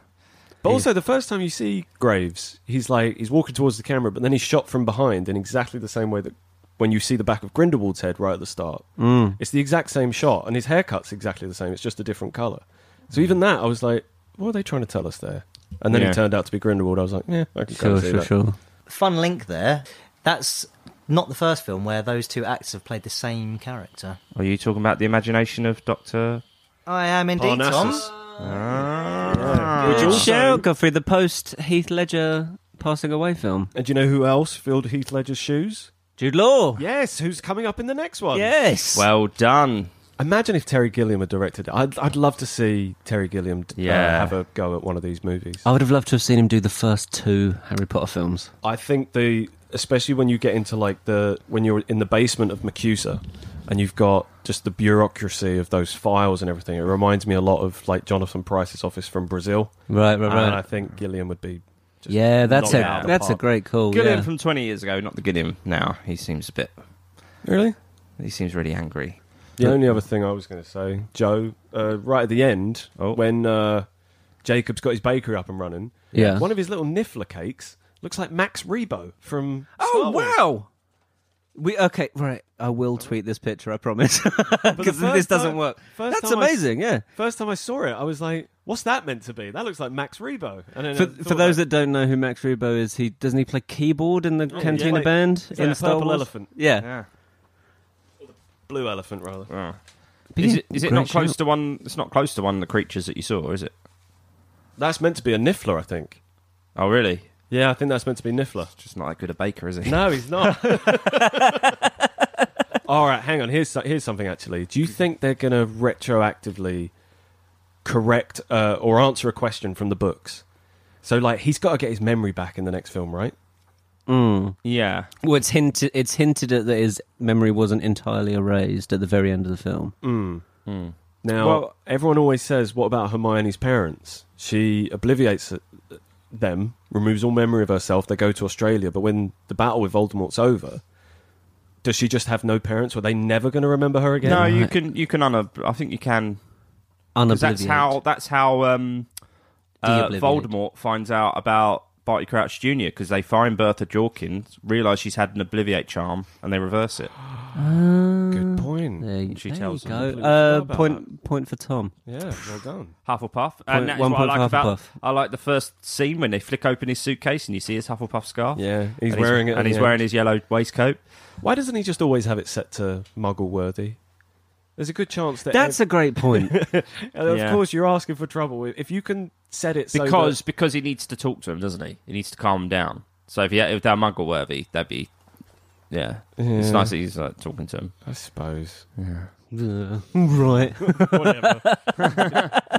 B: But
C: Yeah.
B: also, the first time you see Graves, he's like he's walking towards the camera, but then he's shot from behind in exactly the same way that when you see the back of Grindelwald's head right at the start,
C: Mm.
B: it's the exact same shot, and his haircut's exactly the same. It's just a different color. So
C: Hmm.
B: even that, I was like, what are they trying to tell us there? And then
A: Yeah.
B: it turned out to be Grindelwald. I was like, yeah, I can kind
C: Sure,
B: of see
C: sure,
B: that.
C: sure.
D: Fun link there. That's not the first film where those two actors have played the same character.
A: Are you talking about the imagination of Doctor?
D: I am indeed,
B: Parnassus.
D: Tom.
A: Ah.
B: Which
C: Good
B: also-
C: shout, Godfrey. The post Heath Ledger passing away film.
B: And do you know who else filled Heath Ledger's shoes?
C: Jude Law.
B: Yes, who's coming up in the next one?
C: Yes.
A: Well done.
B: Imagine if Terry Gilliam had directed it. I'd, I'd love to see Terry Gilliam uh,
A: Yeah.
B: have a go at one of these movies.
C: I would have loved to have seen him do the first two Harry Potter films.
B: I think the especially when you get into like the when you're in the basement of Macusa and you've got just the bureaucracy of those files and everything. It reminds me a lot of like Jonathan Price's office from Brazil.
C: Right, right,
B: And I think Gilliam would be just
C: yeah, that's
B: knock it out
C: a
B: of the
C: that's a
B: park.
C: great call.
A: Gilliam
C: yeah.
A: from 20 years ago, not the Gilliam now. He seems a bit.
B: Really?
A: He seems really angry.
B: The only other thing I was going to say, Joe, uh, right at the end
A: Oh.
B: when uh, Jacob's got his bakery up and running,
C: Yeah.
B: one of his little niffler cakes looks like Max Rebo from
C: Oh
B: Star Wars.
C: wow. We okay, right. I will tweet this picture, I promise.
B: the
C: Because
B: first
C: this doesn't
B: time-
C: work.
B: first
C: That's
B: time I s-
C: amazing, yeah.
B: First time I saw it, I was like, "What's that meant to be? That looks like Max Rebo." And then I
C: For,
B: thought
C: for those that don't know who Max Rebo is, he doesn't he play keyboard in the
B: yeah.
C: Cantina
B: Like-
C: band
B: Is that
C: in
B: a
C: Star
B: purple
C: Wars?
B: elephant?
C: Yeah.
A: Yeah.
B: blue elephant rather.
A: Oh.
C: But
A: Is
C: yeah,
A: it, is it
C: great
A: not close
C: shout.
A: to one? It's not close to one of the creatures that you saw, is it?
B: That's meant to be a niffler, I think.
A: Oh, really?
B: Yeah, I think that's meant to be niffler.
A: Just not that good a baker, is he?
B: No, he's not. All right, hang on. Here's so- here's something actually. Do you think they're going to retroactively correct uh, or answer a question from the books? So like he's got to get his memory back in the next film, right?
C: Mm.
A: Yeah.
C: Well, it's hinted. It's hinted at that his memory wasn't entirely erased at the very end of the film.
B: Now,
A: Well-
B: everyone always says, "What about Hermione's parents?" She obliviates it- them, removes all memory of herself. They go to Australia, but when the battle with Voldemort's over, does she just have no parents? Were they never going to remember her again?
A: No, you
C: Right.
A: can. You can. Un- I think you can.
C: Unobliviate.
A: Because that's how. That's how. Um, uh,
C: De-obliviate.
A: Voldemort finds out about Barty Crouch Jr. because they find Bertha Jorkins, realise she's had an Obliviate charm, and they reverse it.
C: Ah.
B: Good point.
C: There, you-
A: She
C: there
A: tells
C: you
A: them.
C: go.
B: Completely forgot
C: Uh,
B: about
C: point point for Tom.
B: Yeah, well done.
A: Hufflepuff. And that's
C: one
A: what I
C: point
A: like
C: for
A: about.
C: Hufflepuff.
A: I like the first scene when they flick open his suitcase and you see his Hufflepuff scarf.
B: Yeah, he's
A: And
B: wearing it,
A: and he's
B: yeah.
A: wearing his yellow waistcoat.
B: Why doesn't he just always have it set to muggle worthy? There's a good chance that
C: That's a great point.
B: And of
A: Yeah.
B: course you're asking for trouble if you can set it so
A: because
B: that-
A: because he needs to talk to him, doesn't he? He needs to calm him down. So if he if they're muggle worthy, that'd be yeah. It's
B: Yeah.
A: nice that he's like, talking to him.
B: I suppose
C: Uh, right.
B: whatever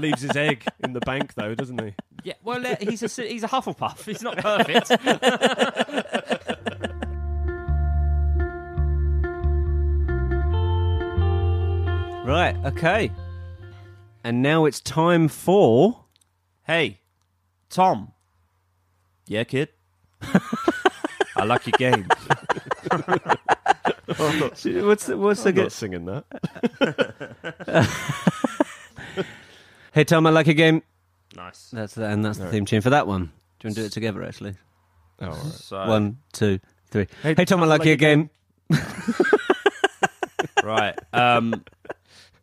B: leaves his egg in the bank though, doesn't he?
A: Yeah, well, uh, he's a he's a Hufflepuff. He's not perfect.
C: Right. Okay. And now it's time for.
A: hey, Tom. Yeah, kid. I like your game.
C: What's the, what's the
B: I'm
C: good?
B: not singing that.
C: Hey Tom, I like your game.
A: Nice.
C: That's the, and that's the theme tune for that one. Do you want to do it together? Actually,
B: Oh, all right.
A: So,
C: one, two, three. Hey, Tom, I like, your game.
A: right. Um,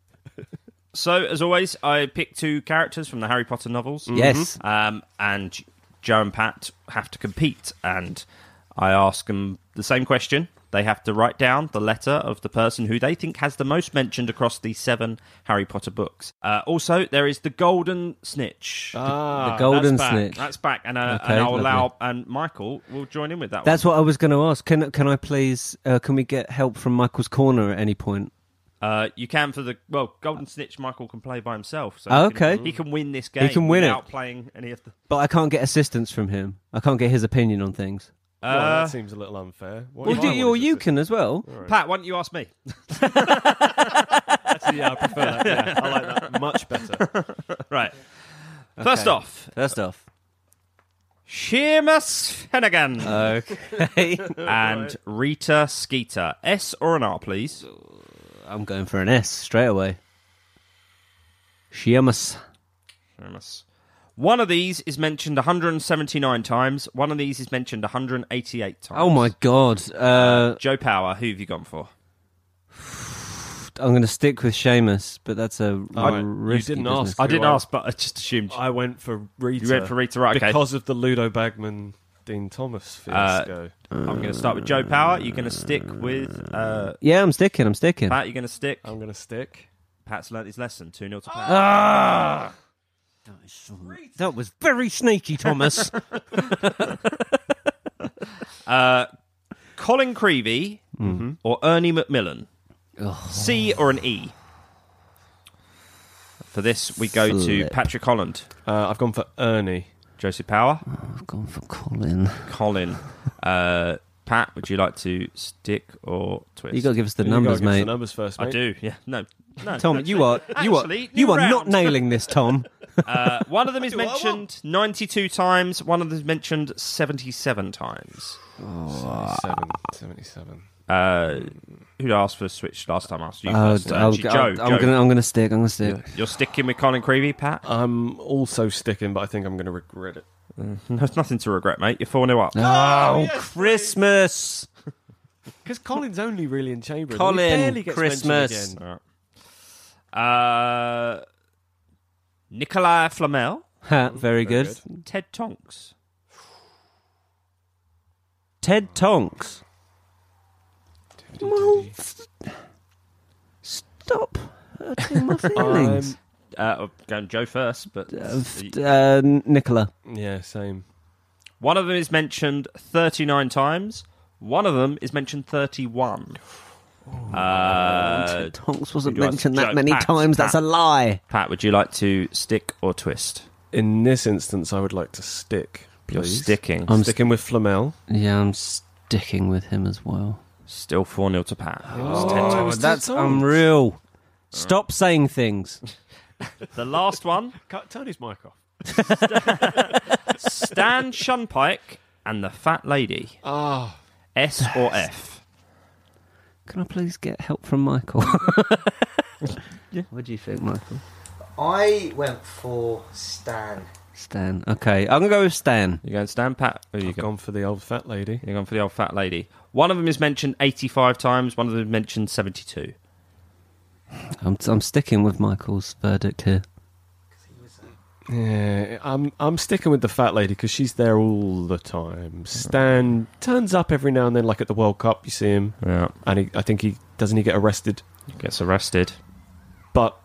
A: so, as always, I pick two characters from the Harry Potter novels.
C: Yes.
A: Um, and Joe and Pat have to compete, and I ask them the same question. They have to write down the letter of the person who they think has the most mentioned across the seven Harry Potter books. Uh, also, there is the Golden Snitch.
B: Ah,
C: golden
B: that's back.
C: snitch.
A: That's back, and, uh,
C: Okay,
A: and I'll
C: lovely.
A: allow, and Michael will join in with that.
C: That's what I was going to ask. Can can I please? Uh, can we get help from Michael's corner at any point?
A: one. Uh, you can for the well, Golden Snitch. Michael can play by himself. So
C: Oh,
A: he can-
C: okay.
A: he can win this game.
C: can win it.
A: without playing any of the.
C: But I can't get assistance from him. I can't get his opinion on things.
B: Well,
A: Uh,
B: that seems a little unfair. What
C: Well,
B: if
C: do
B: I
C: you,
B: wanted
C: or
B: to
C: you
B: sit-
C: can as well.
A: Pat, why don't you ask me? uh,
B: Actually, yeah, I prefer that. Yeah, I like that much better.
A: Right. First
C: Okay.
A: off,
C: First off,
A: Seamus Finnegan
C: okay,
A: and Rita Skeeter. S or an R, please.
C: I'm going for an S straight away. Sheamus.
A: Seamus. One of these is mentioned 179 times. One of these is mentioned 188 times.
C: Oh my god. Uh,
A: Joe Power, who have you gone for?
C: I'm going to stick with Seamus, but that's a
B: Alright, you
C: risky
B: didn't ask.
C: business.
A: I didn't
B: I-
A: ask, but I just assumed.
B: I went for Rita.
A: You went for Rita, right? Okay.
B: because of the Ludo Bagman Dean Thomas fiasco.
A: I'm going to start with Joe Power. You're going to stick with uh,
C: Yeah, I'm sticking. I'm sticking.
A: Pat. You're going to stick.
B: I'm going to stick.
A: Pat's learnt his lesson. 2 0 to Pat. Mm-hmm.
C: That was very sneaky, Thomas.
A: Colin Creevy
C: Mm-hmm.
A: or Ernie McMillan? C or an E? For this, we go to
C: Flip.
A: Patrick Holland,
B: Uh, I've gone for Ernie.
A: Joseph Power,
C: I've gone for Colin.
A: Colin. Uh, Pat, would you like to stick or twist?
C: You got to give us the
B: You gotta
C: numbers,
B: give us
C: mate.
B: The numbers first, mate.
A: I do, yeah. No, no.
C: Tom, you are you are
A: Actually,
C: you
A: new
C: are not
A: round.
C: nailing this, Tom.
A: Uh, one of them is
C: Do what I want.
A: mentioned 92 times, one of them is mentioned 77 times.
B: 77, 77.
A: Uh, who asked for a switch last time? I asked you
C: Oh,
A: first.
C: d-
A: Actually,
C: I'll-
A: Joe,
C: I'll- I'm
A: Joe,
C: gonna I'm gonna stick. I'm gonna stick.
A: You're sticking with Colin Creevy, Pat?
B: I'm also sticking, but I think I'm going to regret it.
A: There's nothing to regret, mate. You're 4 0 up.
C: Oh, Christmas!
B: Because Colin's only really in Chamberlain.
C: Colin, barely gets mentioned Christmas. again.
A: Uh, Nikolai Flamel,
C: Ha, very good.
A: Ted Tonks.
C: Ted Tonks. Well, stop hurting my feelings.
A: Uh, I'm going Joe first, but
C: Uh, f- uh, Nicola.
B: Yeah, same.
A: one of them is mentioned 39 times. One of them is mentioned 31. Uh,
C: Ted Tonks wasn't
A: you ask
C: mentioned
A: Joe-
C: that many
A: Pat,
C: times. That's a
A: Pat.
C: lie.
A: Pat, would you like to stick or twist?
B: In this instance, I would like to stick. Please.
A: You're sticking.
C: I'm
B: sticking with Flamel.
C: Yeah, I'm sticking with him as well.
A: Still 4 0 to Pat.
B: Oh,
C: That's unreal. Stop saying things.
A: The last one
B: Cut, turn his mic off.
A: Stan Shunpike and the Fat Lady.
B: Ah,
A: S or F?
C: Can I please get help from Michael? What do you think, Michael?
D: I went for Stan.
C: Stan. Okay, I'm gonna go with Stan.
A: You going Stan Pat? Who you
B: I've
A: going?
B: gone for the old fat lady.
A: You're going for the old fat lady. One of them is mentioned 85 times. One of them is mentioned 72.
C: I'm, I'm sticking with Michael's verdict here.
B: Yeah, I'm I'm sticking with the fat lady because she's there all the time. Stan turns up every now and then, like at the World Cup, you see him,
A: Yeah,
B: and he, I think he doesn't he get arrested,
A: gets arrested.
B: but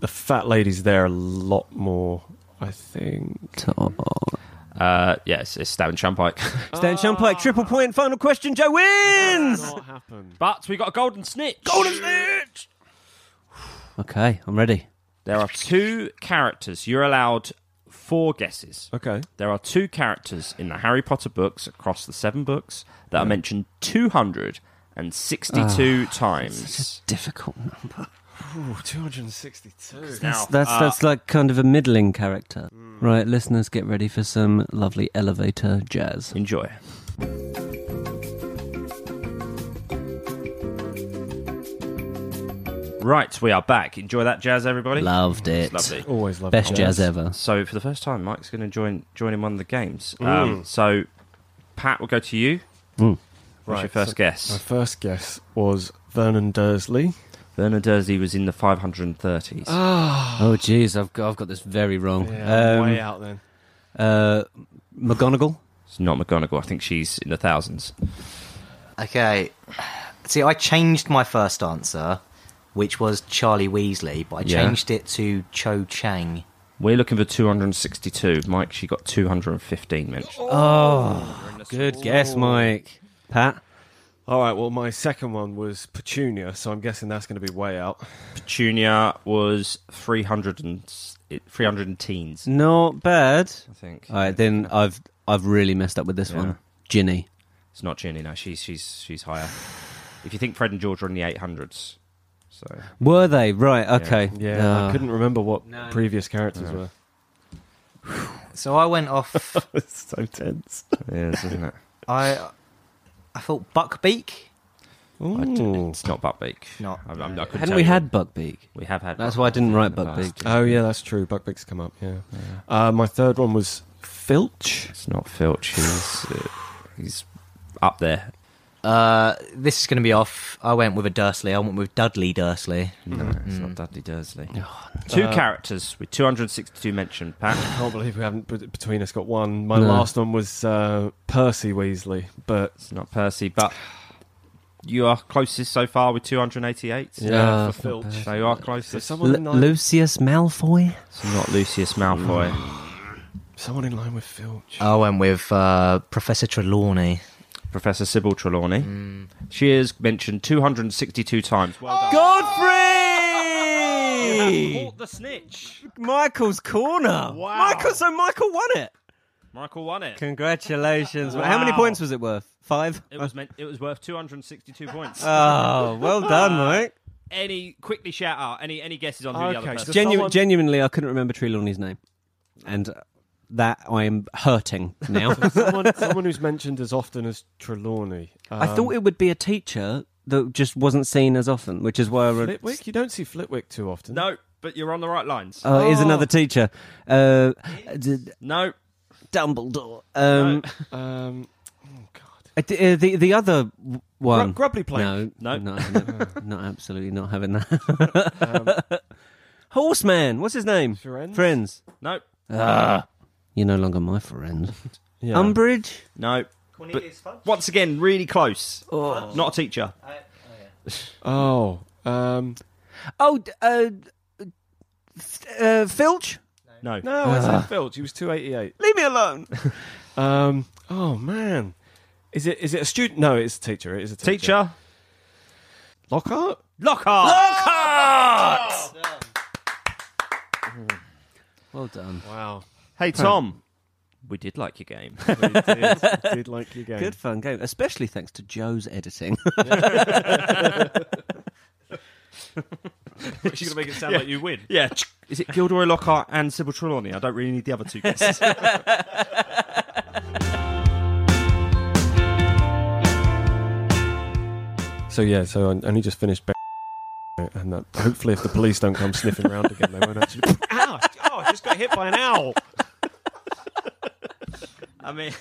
B: the fat lady's there a lot more. I think.
C: To-
A: Uh, yes, it's Stan Champike.
C: Stan
A: Ah.
C: Shumpike, triple point, final question. Joe wins.
B: Not happened.
A: but we got a golden snitch. Golden snitch.
C: Okay, I'm ready.
A: There are two characters. You're allowed four guesses.
B: Okay.
A: There are two characters in the Harry Potter books across the seven books that are mentioned 262 times.
C: Difficult number.
B: Ooh, 262.
A: Now,
C: That's
A: uh,
C: that's like kind of a middling character, right? Listeners, get ready for some lovely elevator jazz.
A: enjoy. Right, we are back. Enjoy that jazz, everybody.
C: Loved it.
A: It's lovely.
B: Always love
C: Best
B: jazz.
C: jazz ever.
A: So for the first time, Mike's going to join join in one of the games.
B: Mm.
A: Um, so Pat, we'll go to you.
C: Mm.
A: What's your
B: Right,
A: first
B: so- My
A: guess?
B: first guess was Vernon Dursley.
A: Werner Dursley was in the 530s.
B: Ah,
C: Oh, jeez, I've got, I've got this very wrong.
B: way
C: um,
B: out then.
C: uh, McGonagall.
A: it's not McGonagall. I think she's in the thousands.
D: Okay. See, I changed my first answer, which was Charlie Weasley, but I
A: Yeah.
D: changed it to Cho Chang.
A: We're looking for 262. Mike, she got 215 mentioned.
C: Oh, good guess, Mike. Pat.
B: All right, well, my second one was Petunia, so I'm guessing that's going to be way out.
A: Petunia was 300 and s- it- 300 and teens,
C: Not bad.
A: I think.
C: All right, then I've I've really messed up with this
A: Yeah.
C: one. Ginny.
A: It's not Ginny, no. She's she's she's higher. If you think Fred and George are in the 800s, so
C: Were they right? Okay.
B: Yeah,
C: Uh,
B: I couldn't remember what
C: No.
B: previous characters
A: No.
B: were.
D: So I went off.
B: It's so tense.
A: it is, isn't it?
D: I I thought Buckbeak.
A: I d-
B: Ooh.
A: it's not Buckbeak.
D: Not-
A: I, I'm, I couldn't
C: Hadn't
A: tell
C: we
A: you.
C: had Buckbeak?
A: We have had.
C: That's why I didn't write
A: in the past.
C: Buckbeak.
B: Oh, yeah, that's true. Buckbeak's come up, yeah. Uh, my third one was Filch.
A: It's not Filch. He's uh, he's up there.
D: Uh, this is going to be off. I went with a Dursley. I went with Dudley Dursley.
A: No, it's not Dudley Dursley. Mm. Two
B: Uh,
A: characters with 262 mentioned. Pat,
B: I can't believe we haven't put- between us got one. My
C: No.
B: last one was uh, Percy Weasley, but
A: it's not Percy, but you are closest so far with 288.
B: yeah,
C: Yeah,
B: uh, for
C: that's not
B: Filch.
A: So you are
B: So
A: closest.
B: someone,
C: L-
B: in line,
C: Lucius Malfoy.
A: It's not Lucius Malfoy.
B: someone in line with Filch.
D: I went with uh, Professor Trelawney.
A: Professor Sybil Trelawney. She is mentioned 262 times. Well done.
C: Godfrey.
A: Caught the snitch.
C: Michael's corner.
A: Wow.
C: Michael. So Michael won it.
A: Michael won it.
C: Congratulations.
A: Wow.
C: How many points was it worth? Five.
A: It was meant. It was worth 262 points.
C: Oh, well done, Mike.
A: any quickly shout out any any guesses on who the
B: Okay,
A: other
B: so
A: person?
C: Genu-
B: someone-
C: Genuinely, I couldn't remember Trelawney's name, and uh, that I am hurting now.
B: someone, someone who's mentioned as often as Trelawney. Um,
C: I thought it would be a teacher that just wasn't seen as often, which is why I wrote.
B: Flitwick? You don't see Flitwick too often.
A: no, but you're on the right lines.
C: Oh, here's another teacher. Uh, d-
A: no,
C: Dumbledore. Um,
B: Um, oh God.
C: uh, d- uh, the the other w- one.
B: Grub- Grubbly Plank.
C: No,
A: No.
C: not, having it. not absolutely not having that. Horseman. What's his name?
B: Firenze?
C: Friends.
A: no,
C: You're no longer my friend.
B: Yeah.
C: Umbridge.
A: no. But once again, really close. Not a teacher.
B: oh. Um,
C: Oh, d- uh, uh, Filch.
A: No.
B: no, I said Filch. He was 288.
C: Leave me alone.
B: Um, oh, man. Is it is it a student? No, it's a teacher. It is a teacher.
A: Teacher.
B: Lockhart?
A: Lockhart. Lockhart.
C: Well done.
B: Wow.
A: Hey Tom, we did like your game.
B: He did, he did like your game.
C: Good fun game, especially thanks to Joe's editing.
A: She's gonna make it sound like you win. Yeah. Is it Gilderoy Lockhart and Sybil Trelawney? I don't really need the other two guesses.
B: So, yeah, so I only just finished. And that,
A: Ah,
B: hopefully, if the police don't come sniffing around again, they won't actually. Ow! Oh, I just got hit by an owl.
A: I mean,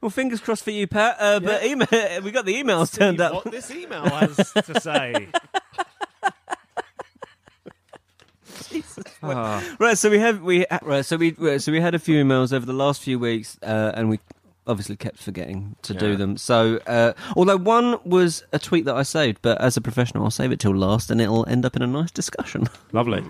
C: Well, fingers crossed for you, Pat. Uh, But email, we got the emails turned up.
B: What this email has to say.
C: Right, so we have we right, so we right, so we had a few emails over the last few weeks, uh, and we obviously kept forgetting to do
A: Yeah.
C: them. So, uh, although one was a tweet that I saved, but as a professional, I'll save it till last, and it'll end up in a nice discussion.
A: lovely.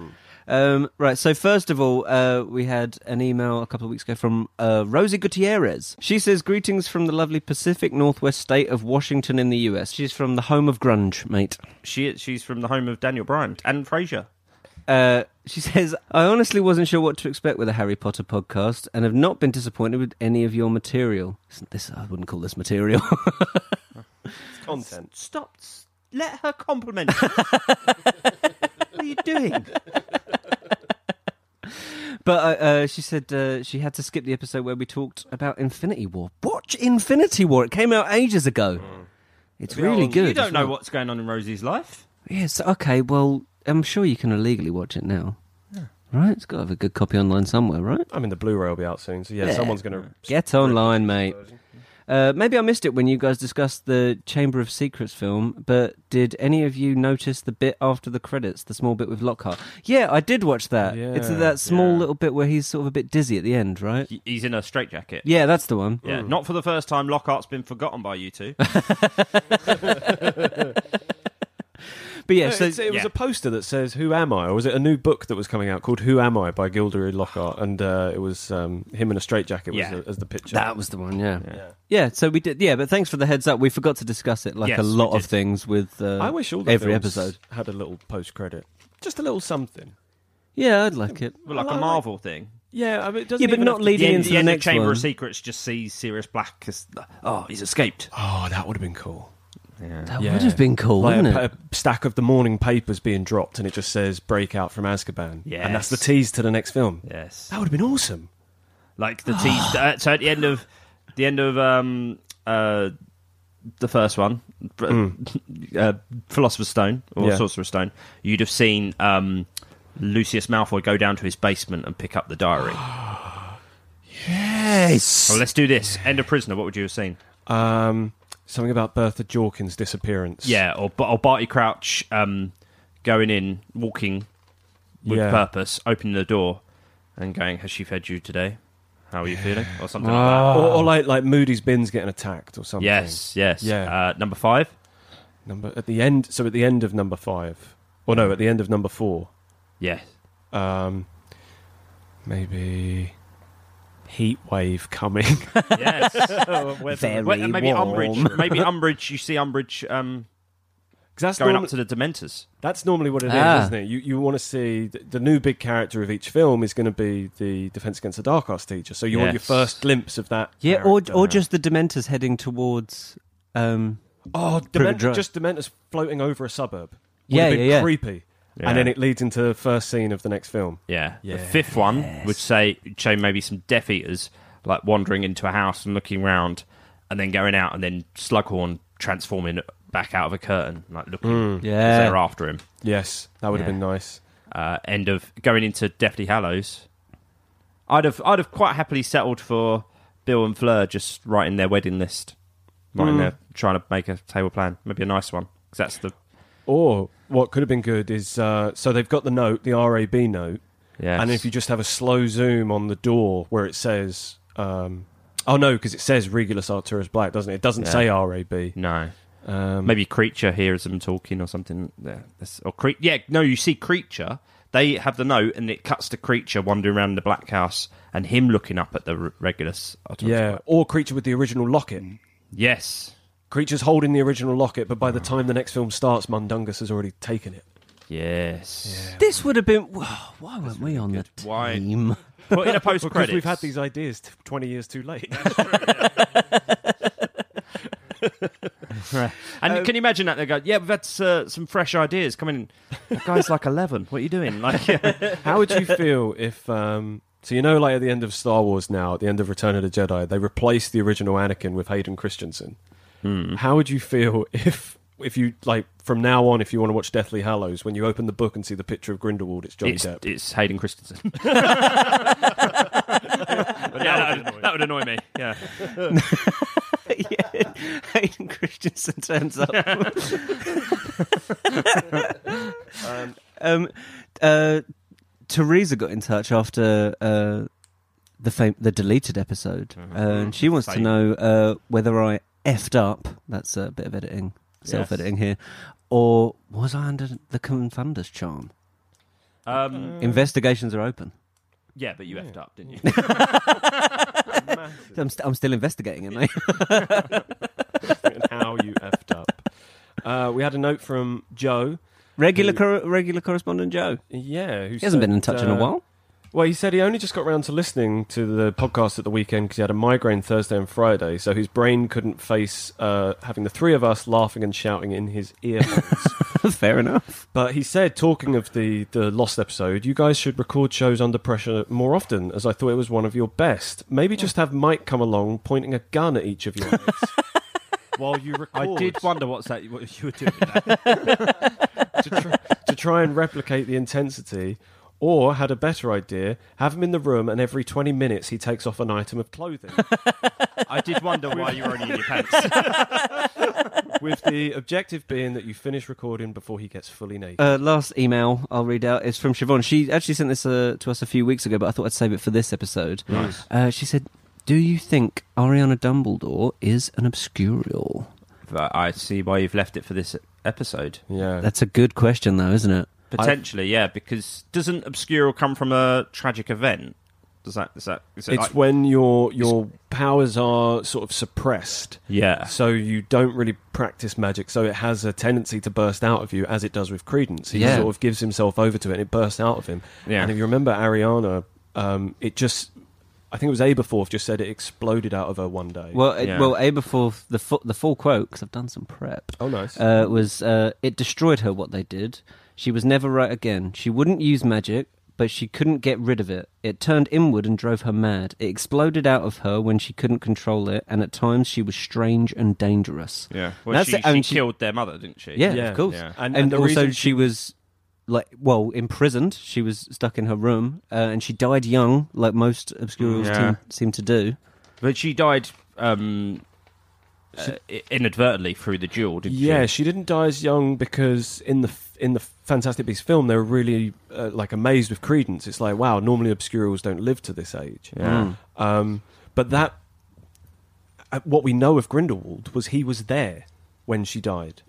C: Um, right, so first of all, uh, we had an email a couple of weeks ago from uh, Rosie Gutierrez. She says, Greetings from the lovely Pacific Northwest state of Washington in the US. She's from the home of grunge, mate.
A: She she's from the home of Daniel Bryan and Frasier.
C: Uh, she says, I honestly wasn't sure what to expect with a Harry Potter podcast and have not been disappointed with any of your material. Isn't this, I wouldn't call this material.
B: Content.
A: Stop. s- Let her compliment. you. what are you doing?
C: but uh, uh, she said uh, she had to skip the episode where we talked about Infinity War. Watch Infinity War. It came out ages ago. It's really good.
A: Hmm. You
C: as
A: don't know
C: well.
A: what's going on in Rosie's life.
C: Yes, okay, well, I'm sure you can illegally watch it now. Right? It's got to have a good copy online somewhere, right?
B: I mean, the Blu-ray will be out soon, so yeah, someone's going to
C: Get online, mate. Uh, maybe I missed it when you guys discussed the Chamber of Secrets film, but did any of you notice the bit after the credits, the small bit with Lockhart? Yeah, I did watch that. it's
B: Yeah,
C: that small
A: yeah.
C: little bit where he's sort of a bit dizzy at the end, right?
A: He- He's in a straitjacket.
C: Yeah, that's the one.
A: Yeah, not for the first time. Lockhart's been forgotten by you two.
C: But yeah, so
B: It's- it was
A: yeah.
B: a poster that says "Who Am I?" or was it a new book that was coming out called "Who Am I" by Gilderoy Lockhart? And uh, it was um, him in a straitjacket was
A: Yeah.
B: the- as the picture.
C: that was the one, yeah. yeah. so we did, yeah, but thanks for the heads up. We forgot to discuss it like
A: Yes,
C: a
A: we
C: lot of
A: did.
C: things with uh,
B: I wish all the
C: every
B: films
C: episode.
B: had a little post credit, just a little something.
C: Yeah, I'd like it.
A: like
B: I
A: a
B: like-
A: Marvel thing.
B: Yeah, I mean, it doesn't
C: Yeah, but
B: even
C: not
B: have to-
A: The
C: leading
A: end,
C: into
A: the
C: the
A: end of
C: next
A: Chamber
C: one.
A: of Secrets just sees Sirius Black as oh he's escaped.
B: Oh, that would have been cool.
C: That
B: Yeah.
C: would have been cool,
B: Like
C: wouldn't
B: a,
C: it?
B: pa- a stack of the morning papers being dropped, and it just says "Breakout from Azkaban,"
A: Yes.
B: and that's the tease to the next film.
A: Yes,
B: That would have been awesome.
A: like the tease. uh, so at the end of the end of um uh the first one, br-
C: Hmm.
A: uh, Philosopher's Stone or
B: Yeah.
A: Sorcerer's Stone, you'd have seen um Lucius Malfoy go down to his basement and pick up the diary.
B: Yes.
A: oh, let's do this. End of Prisoner. What would you have seen?
B: Um, something about Bertha Jorkins' disappearance.
A: Yeah, or, or Barty Crouch um, going in, walking with
B: Yeah.
A: purpose, opening the door and going, Has she fed you today? How are you feeling? Or something like
B: Ah. Or, or like like Moody's bins getting attacked or
A: that.
B: something.
A: Yes, yes.
B: Yeah.
A: Uh, number five.
B: Number at the end. So at the end of number five, or no, at the end of number four.
A: Yes.
B: Um, maybe heat wave coming.
A: Yes.
C: Very
A: Well, maybe
C: warm.
A: Umbridge. Maybe Umbridge. You see Umbridge um,
B: 'Cause that's
A: going
B: norm-
A: up to the Dementors.
B: that's normally what it is,
C: Ah.
B: not it? You you want to see the, the new big character of each film is going to be the Defense Against the Dark Arts teacher. So you want your
A: Yes.
B: first glimpse of that.
C: Yeah, or
B: character.
C: or just the Dementors heading towards. Um,
B: Oh,
C: Private
B: Dement-
C: Drive.
B: just Dementors floating over a suburb. Would
C: Yeah,
B: have been
C: yeah, yeah.
B: creepy.
A: Yeah.
B: And then it leads into the first scene of the next film.
A: Yeah.
B: Yeah.
A: The fifth one would say show maybe some Death Eaters like wandering into a house and looking round, and then going out, and then Slughorn transforming back out of a curtain, like looking.
B: Uh,
C: Yeah.
A: they're after him.
B: Yes, that would
A: Yeah.
B: have been nice.
A: Uh, end of going into Deathly Hallows. I'd have I'd have quite happily settled for Bill and Fleur just writing their wedding list,
B: Mm.
A: writing their trying to make a table plan. Maybe a nice one because that's the
B: Or what could have been good is uh, so they've got the note, the RAB note,
A: yeah.
B: and if you just have a slow zoom on the door where it says, um, oh no, because it says Regulus Arturus Black, doesn't it? It doesn't
A: Yeah.
B: say RAB.
A: no.
B: Um,
A: Maybe creature hears them talking or something. Yeah, that's- or cre- yeah, no, you see creature. They have the note, and it cuts to creature wandering around the black house, and him looking up at the r- regulus.
B: yeah, or creature with the original locket.
A: Yes.
B: Creature's holding the original locket, but by the time the next film starts, Mundungus has already taken it.
A: Yes.
C: this would have been. Wow, why weren't we on the
A: good. Why-
C: team?
A: But in a post
B: Because
A: credit,
B: we've had these ideas t- 20 years too late.
A: And can you imagine that? They go, yeah, we've had uh, some fresh ideas coming in. That guy's like 11. What are you doing? Like,
B: How would you feel if, um, so you know, like at the end of Star Wars now, at the end of Return of the
C: Hmm.
B: Jedi, they replaced the original Anakin with Hayden Christensen. How would you feel if if you like from now on, if you want to watch Deathly Hallows, when you open the book and see the picture of Grindelwald, it's Johnny
A: It's,
B: Depp.
A: it's Hayden Christensen. yeah, that, would, that would annoy me. Yeah,
C: yeah. Hayden Christensen turns up. um, uh, Teresa got in touch after uh, the fam- the deleted episode, and she wants to
A: Same.
C: know uh, whether I effed up. That's a bit of editing, self editing here, or was I under the confunder's charm?
A: um,
C: Investigations are open.
A: yeah, but you effed up, didn't you?
C: I'm, st- I'm still investigating it, mate.
B: and how you effed up. Uh, we had a note from Joe.
C: regular cor- regular correspondent Joe.
B: Yeah, who
C: He hasn't been in touch in a
B: uh,
C: while.
B: Well, he said he only just got round to listening to the podcast at the weekend because he had a migraine Thursday and Friday, so his brain couldn't face uh, having the three of us laughing and shouting in his earphones.
C: Fair enough.
B: but he said, talking of the, the lost episode, you guys should record shows under pressure more often, as I thought it was one of your best. Maybe just have Mike come along pointing a gun at each of your heads while you
A: I
B: record.
A: did wonder what's that what you were doing. with that.
B: to, tr- to try and replicate the intensity, or had a better idea, have him in the room and every 20 minutes he takes off an item of clothing
A: I did wonder why you were only in your pants.
B: with the objective being that you finish recording before he gets fully naked.
C: Uh, last email I'll read out is from Siobhan. She actually sent this uh, to us a few weeks ago, but I thought I'd save it for this episode.
A: Nice.
C: Uh, she said, "Do you think Ariana Dumbledore is an obscurial?"
A: But I see why you've left it for this episode.
B: yeah.
C: That's a good question, though, isn't it?
A: Potentially, yeah, because doesn't obscurial come from a tragic event? Does that is that is it
B: it's
A: like,
B: when your your powers are sort of suppressed,
A: yeah
B: so you don't really practice magic. So it has a tendency to burst out of you, as it does with Credence. He
C: Yeah.
B: sort of gives himself over to it, and it bursts out of him.
A: Yeah.
B: And if you remember Ariana, um, it just, I think it was Aberforth just said it exploded out of her one day.
C: Well, it,
A: Yeah.
C: well, Aberforth, the fu- the full quote because I've done some prep.
B: oh, nice.
C: uh, was uh, it destroyed her what they did. She was never right again. She wouldn't use magic, but she couldn't get rid of it. It turned inward and drove her mad. It exploded out of her when she couldn't control it, and at times she was strange and dangerous.
A: yeah. Well,
C: That's
A: she,
C: it, I mean,
A: she
C: she-
A: killed their mother, didn't she?
C: Yeah,
B: Yeah,
C: of course.
A: yeah.
B: And-
C: And,
B: and the
C: also,
B: reason
C: she, was like, well, imprisoned. She was stuck in her room, uh, and she died young, like most obscurials
A: Yeah.
C: team, seem to do.
A: but she died um, uh, i- inadvertently through the duel, didn't she?
B: Yeah, she didn't die as young because in the in the Fantastic Beasts film, they were really uh, like amazed with Credence. It's like, wow, normally obscurals don't live to this age.
A: Yeah. Mm.
B: Um, but that, uh, what we know of Grindelwald was he was there when she died.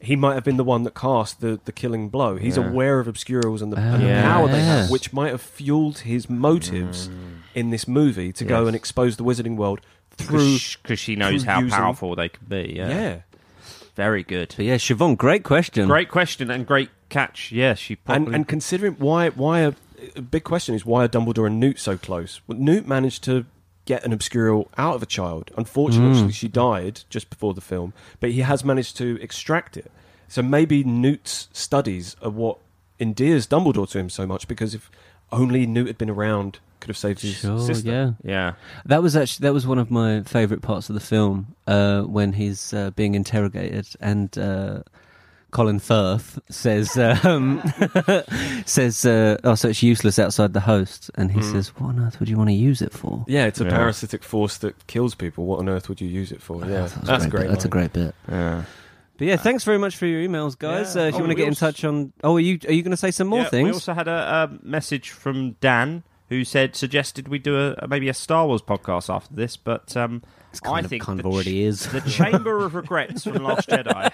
B: He might have been the one that cast the, the killing blow. He's
A: Yeah. Oh,
B: aware of obscurals and the, and the
A: Yeah.
B: power they
C: Yes.
B: have, which might have fueled his motives in this movie to go
A: Mm. Yes.
B: and expose the Wizarding world through.
A: Because she knows
B: through
A: how
B: using-
A: powerful they can be. Yeah.
B: yeah.
A: Very good.
C: But yeah, Siobhan, great question.
A: Great question and great catch. Yeah, she probably.
B: And, and considering why, why a, a big question is why are Dumbledore and Newt so close? Well, Newt managed to get an obscurial out of a child. Unfortunately,
C: Mm.
B: she died just before the film, but he has managed to extract it. So maybe Newt's studies are what endears Dumbledore to him so much because if only Newt had been around, could have saved his
C: Sure,
B: sister.
C: yeah.
A: yeah.
C: That was actually that was one of my favourite parts of the film uh, when he's uh, being interrogated and uh, Colin Firth says uh, um, says uh, oh so it's useless outside the host and he says what on earth would you want to use it for?
B: Hmm. Yeah, it's a
A: Yeah.
B: parasitic force that kills people. What on earth would you use it for? Yeah,
C: That was
B: that's
C: a
B: great.
C: bit. That's a
B: line.
C: great bit.
A: Yeah.
C: But yeah, thanks very much for your emails, guys.
B: Yeah.
C: Uh, if
B: Oh,
C: you want
B: we
C: to get in
B: also-
C: touch on oh are you are you going to say some more
A: Yeah, We
C: things?
A: also had a, um message from Dan who said suggested we do a, a- maybe a Star Wars podcast after this, but um,
C: It's kind
A: I
C: of-
A: think
C: kind
A: the
C: of already is.
A: the Chamber of Regrets from Last Jedi.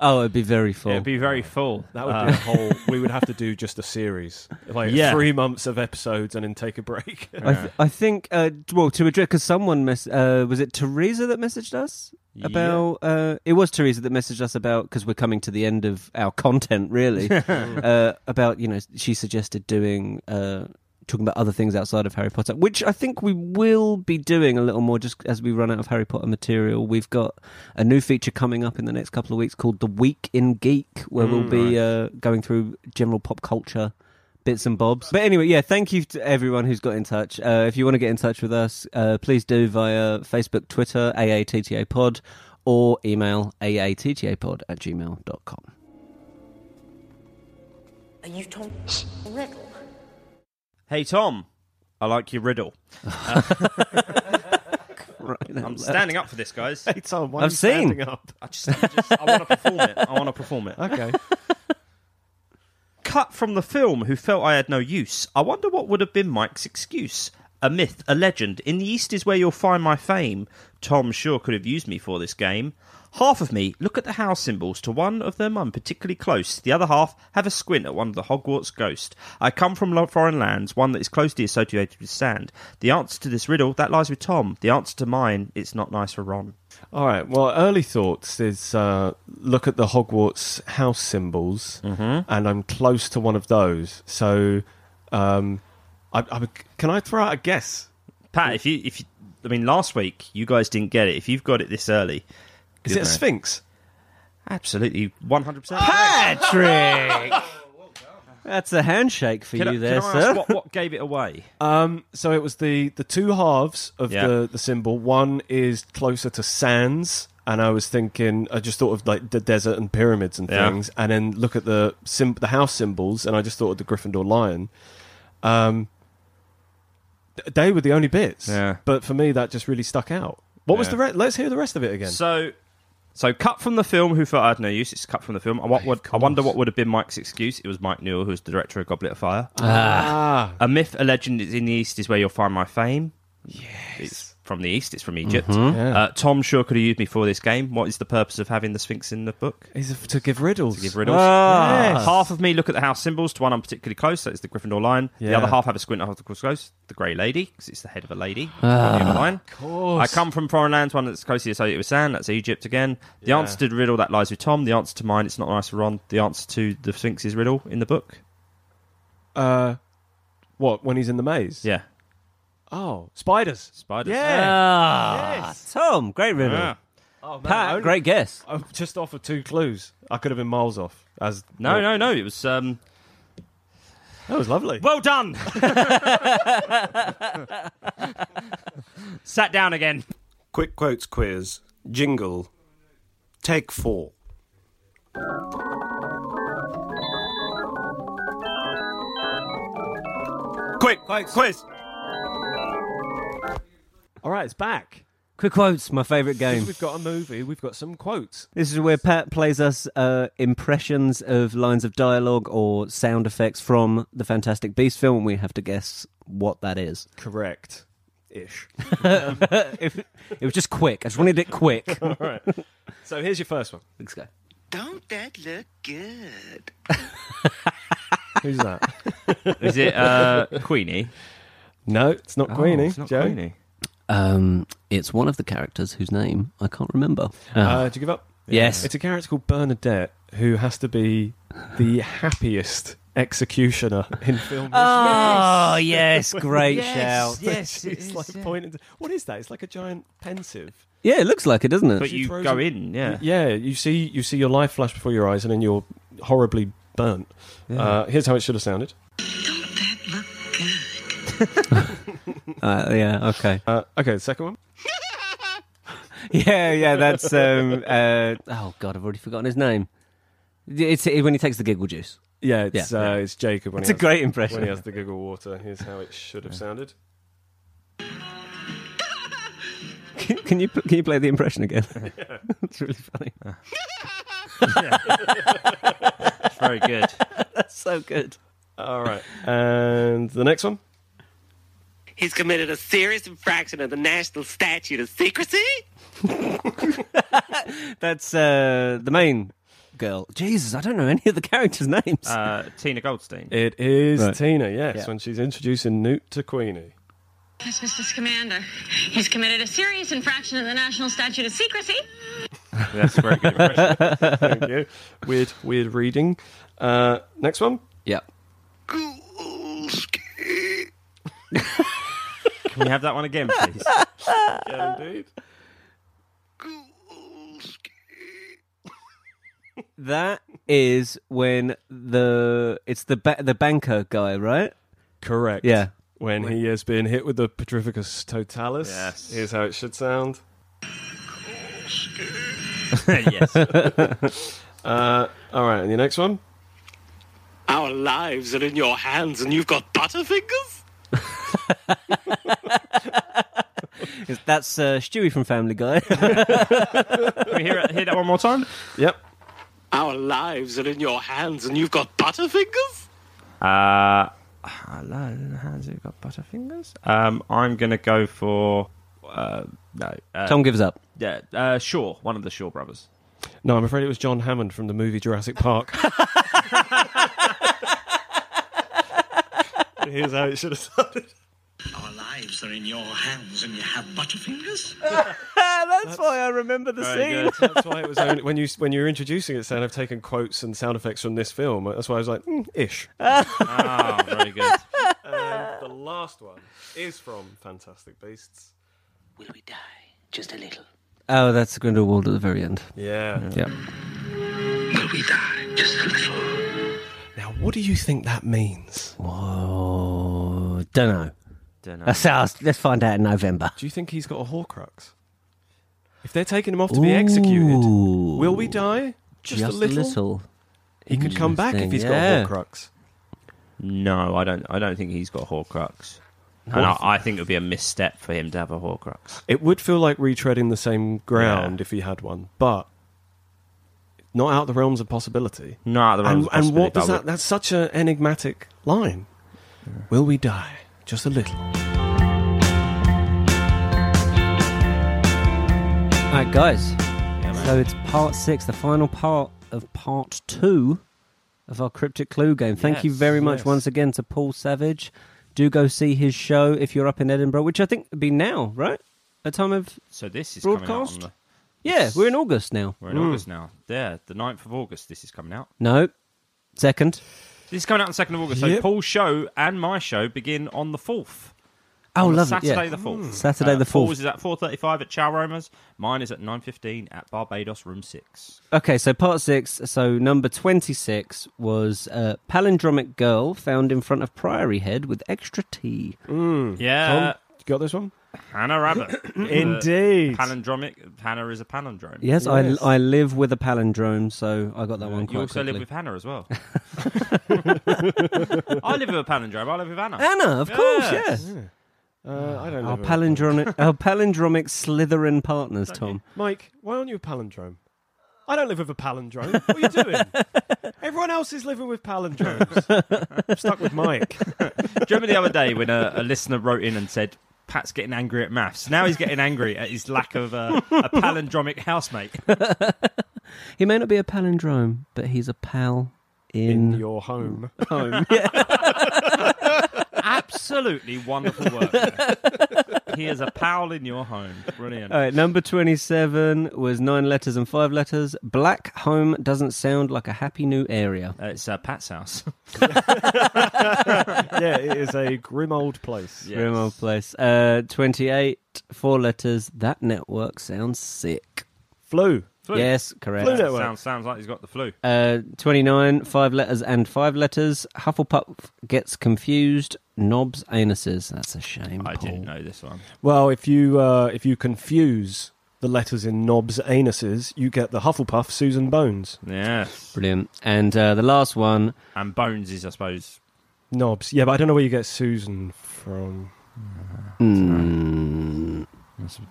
C: oh, it'd be very full.
A: It'd be very full.
B: That would
A: Uh,
B: be a whole. We would have to do just a series, like
A: Yeah.
B: three months of episodes, and then take a break.
C: I, th- I think uh, well to address because someone mess- uh, was it Teresa that messaged us
A: Yeah.
C: about uh, it was Teresa that messaged us about because we're coming to the end of our content really uh, about you know she suggested doing uh, talking about other things outside of Harry Potter which I think we will be doing a little more just as we run out of Harry Potter material we've got a new feature coming up in the next couple of weeks called the Week in Geek where
A: Mm,
C: we'll be uh, going through general pop culture bits and bobs. But anyway, yeah, thank you to everyone who's got in touch. Uh, if you want to get in touch with us, uh, please do via Facebook, Twitter, AATTA Pod, or email aattapod at gmail.com.
E: Are you Tom Riddle?
A: Hey, Tom, I like your riddle.
C: Right,
A: I'm standing up for this, guys. I
B: Tom, why
C: I've seen.
B: up?
A: just, I, just- I want to perform it. I want to perform it.
B: Okay.
A: Cut from the film who felt I had no use. I wonder what would have been Mike's excuse. A myth, a legend. In the East is where you'll find my fame. Tom sure could have used me for this game. Half of me look at the house symbols. To one of them, I'm particularly close. The other half have a squint at one of the Hogwarts ghosts. I come from lo- foreign lands, one that is closely associated with sand. The answer to this riddle that lies with Tom. The answer to mine, it's not nice for Ron.
B: All right. Well, early thoughts is uh, look at the Hogwarts house symbols, and I'm close to one of those. So, um, I, I, can I throw out a guess?
A: Pat, if you if you, I mean last week you guys didn't get it. If you've got it this early,
B: Is
A: good
B: it a
A: man.
B: sphinx?
A: Absolutely, one hundred percent.
C: Patrick! That's a handshake for
A: Can I-
C: you there,
A: can I
C: sir.
A: ask what, what gave it away?
B: Um, so it was the the two halves of
A: Yeah.
B: the the symbol. One is closer to sands, and I was thinking, I just thought of like the desert and pyramids and
A: Yeah.
B: things, and then look at the sim- the house symbols, and I just thought of the Gryffindor lion. Um, th- they were the only bits,
A: Yeah.
B: but for me, that just really stuck out. What was
A: Yeah.
B: the re- let's hear the rest of it again?
A: So, so cut from the film. Who thought I had no use? It's cut from the film. I, what would, I wonder what would have been Mike's excuse. It was Mike Newell, who's the director of Goblet of Fire.
B: ah,
A: a myth, a legend is in the East is where you'll find my fame. Yes, it's from the East. It's from Egypt.
B: Yeah.
A: Uh, Tom sure could have used me for this game. What is the purpose of having the Sphinx in the book?
B: is it to give riddles. Ah.
A: Give riddles.
B: Yes.
A: Half of me look at the house symbols. To one, I'm particularly close. That is the Gryffindor line. The
B: Yeah.
A: other half have a squint at Hogwarts Ghost, the Grey Lady, because it's the head of a lady. on the other line. I come from foreign lands, one that's closely associated with sand. That's Egypt again. The
B: Yeah.
A: answer to the riddle that lies with Tom. The answer to mine, it's not nice for Ron. The answer to the Sphinx's riddle in the book.
B: Uh, what when he's in the maze?
A: Yeah,
B: Oh, spiders.
A: spiders.
B: Yeah.
C: Ah, Tom, great riddle.
A: Yeah.
C: Pat, great guess.
B: I've just offered two clues. I could have been miles off. As
A: No, no, no. It was um,
B: that was lovely.
A: well done. Sat down again.
F: Quick quotes quiz. Jingle. Take four. Quick quotes quiz.
B: All right, it's back.
C: Quick quotes, my favourite game.
B: We've got a movie. We've got some quotes.
C: This is where Pat plays us uh, impressions of lines of dialogue or sound effects from the Fantastic Beast film, and we have to guess what that is.
B: Correct. Ish.
C: If- it was just quick. I just wanted it quick.
B: All right. So here's your first one.
C: Let's go.
G: Don't that look good?
B: Who's that?
A: Is it uh, Queenie?
B: no, it's not Queenie.
A: Oh, it's not
B: Joe.
A: Queenie.
C: Um, it's one of the characters whose name I can't remember.
A: Ah.
B: Uh, do you give up?
C: yes.
B: It's a character called Bernadette who has to be the happiest executioner in film.
C: Oh yes, great shout!
A: Yes,
B: it's like pointing. To, what is that? It's like a giant pensive.
C: Yeah, it looks like it, doesn't it?
A: But
B: She
A: you
B: throws
A: go
B: it-
A: in, yeah.
B: Yeah, you see, you see your life flash before your eyes, and then you're horribly burnt. Uh, here's how it should have sounded.
G: Don't that look good?
C: Uh, yeah, okay.
B: Uh, okay, the second one.
C: Yeah, yeah, that's um. Uh, oh God, I've already forgotten his name. It's it, when he takes the giggle juice.
B: Yeah, it's
C: Yeah.
B: Uh, it's Jacob. When
C: It's
B: he
C: a
B: has,
C: great
B: when he
C: impression.
B: has the giggle water. Here's how it should have sounded.
C: Can, can you pl- can you play the impression again? it's really funny.
A: It's very good.
C: That's so good.
B: All right, and the next one.
H: He's committed a serious infraction of the national statute of secrecy.
C: That's uh, the main girl. Jesus, I don't know any of the characters' names.
A: Uh, Tina Goldstein.
B: It is
C: Right.
B: Tina. Yes,
C: Yeah.
B: when she's introducing Newt to Queenie.
I: Yes, Mrs. Commander. He's committed a serious infraction of the National Statute of Secrecy.
A: That's a very good impression.
B: Thank you. Weird, weird reading. Uh, next one.
C: yeah.
G: Ghoulski.
A: Can we have that one again, please?
B: Yeah, indeed.
G: Ghoulski.
C: That is when the it's the ba- the banker guy, right?
B: Correct.
C: Yeah.
B: When he has been hit with the Petrificus totalis.
A: Yes.
B: Here's how it should sound.
G: Ghoulski.
A: yes.
B: Uh, All right, and your next one?
H: Our lives are in your hands and you've got butterfingers?
C: That's uh, Stewie from Family Guy.
A: Can we hear, it- hear that one more time?
B: Yep.
H: Our lives are in your hands and you've got butterfingers?
A: Uh, hello, has it got butterfingers? Um, I'm going to go for. Uh, no. Uh,
C: Tom gives up.
A: Yeah, uh, Shaw, one of the Shaw brothers.
B: No, I'm afraid it was John Hammond from the movie Jurassic Park. Here's how it should have started.
G: Our lives are in your hands and you have butterfingers?
C: That's why I remember the scene.
B: That's why it was only when you when you were introducing it, saying I've taken quotes and sound effects from this film. That's why I was like, mm, ish.
A: Ah, very good.
B: the last one is from Fantastic Beasts.
H: Will we die? Just a little.
C: Oh, that's Grindelwald at the very end.
B: Yeah.
C: Yeah.
G: Will we die just a little?
B: Now, what do you think that means?
C: Whoa, don't know.
A: Dunno.
C: Oh, That's ours. Let's find out in November.
B: Do you think he's got a Horcrux? If they're taking him off to be executed,
C: Ooh.
B: will we die? Just, a, little? He could come back if
C: Interesting,
B: he's
C: yeah.
B: got a Horcrux.
A: No, I don't. I don't think he's got a Horcrux, and I, I think it would be a misstep for him to have a Horcrux.
B: It would feel like retreading the same ground
A: Yeah.
B: if he had one, but not out of the realms of possibility.
A: No, out of the realms
B: And,
A: of
B: and
A: possibility,
B: what does
A: but I
B: that?
A: would-
B: That's such an enigmatic line. Will we die? Just a little.
C: All right, guys. so it's part six, the final part of part two of our Cryptic Clue game. Thank you
A: Yes,
C: very much
B: yes.
C: once again to Paul Savage. Do go see his show if you're up in Edinburgh, which I think would be now, right? A time of
A: So this is
C: Broadcast?
A: coming out. On the,
C: yeah, we're in August now.
A: we're in August now. There, the 9th of August. This is coming out.
C: No, second.
A: This is coming out on the second of August. So
B: Yep.
A: Paul's show and my show begin on the fourth.
C: Oh,
A: on the
C: lovely.
A: Saturday
C: yeah.
A: the fourth. Uh,
C: Saturday the
A: Paul's
C: 4th.
A: is at four thirty-five at Chow Roma's. Mine is at nine fifteen at Barbados Room Six.
C: Okay, so part six. So number twenty-six was uh, palindromic girl found in front of Priory Head with extra tea.
A: Yeah,
B: Tom, you got this one?
A: Hannah Rabbit.
B: Indeed.
A: palindromic. Hannah is a palindrome.
B: Yes.
C: Yes, I I live with a palindrome, so I got that one quite
A: You also
C: quickly.
A: live with Hannah as well. I live with a palindrome. I live with Hannah.
C: Anna, of course,
A: Yes.
C: yes.
B: Uh, I don't know.
C: Our palindromic, our palindromic Slytherin partners, Tom.
B: Mike, why aren't you a palindrome? I don't live with a palindrome. What are you doing? Everyone else is living with palindromes. I'm stuck with Mike.
A: Do you remember the other day when a, a listener wrote in and said, Pat's getting angry at maths. Now he's getting angry at his lack of uh, a palindromic housemate.
C: He may not be a palindrome, but he's a pal in,
B: In your home.
C: home. Yeah.
A: Absolutely wonderful work. there. he is a pal in your home. Brilliant.
C: All right, number twenty-seven was nine letters and five letters. Black home doesn't sound like a happy new area.
A: Uh, it's uh, Pat's house.
B: yeah, it is a grim old place.
A: Yes.
C: Grim old place. Uh, 28, four letters. That network sounds sick.
B: Flu.
A: Flu.
C: Yes,
B: Flu
C: correct.
B: network.
A: Sounds, sounds like he's got the flu.
C: Uh, 29, five letters and five letters. Hufflepuff gets confused. Knobs anuses. That's a shame.
A: I
C: Paul.
A: didn't know this one.
B: Well, if you uh, if you confuse the letters in knobs anuses, you get the Hufflepuff Susan Bones.
A: Yeah.
C: Brilliant. And uh, the last one.
A: And Bones is, I suppose.
B: Knobs. Yeah, but I don't know where you get Susan from.
C: Mm,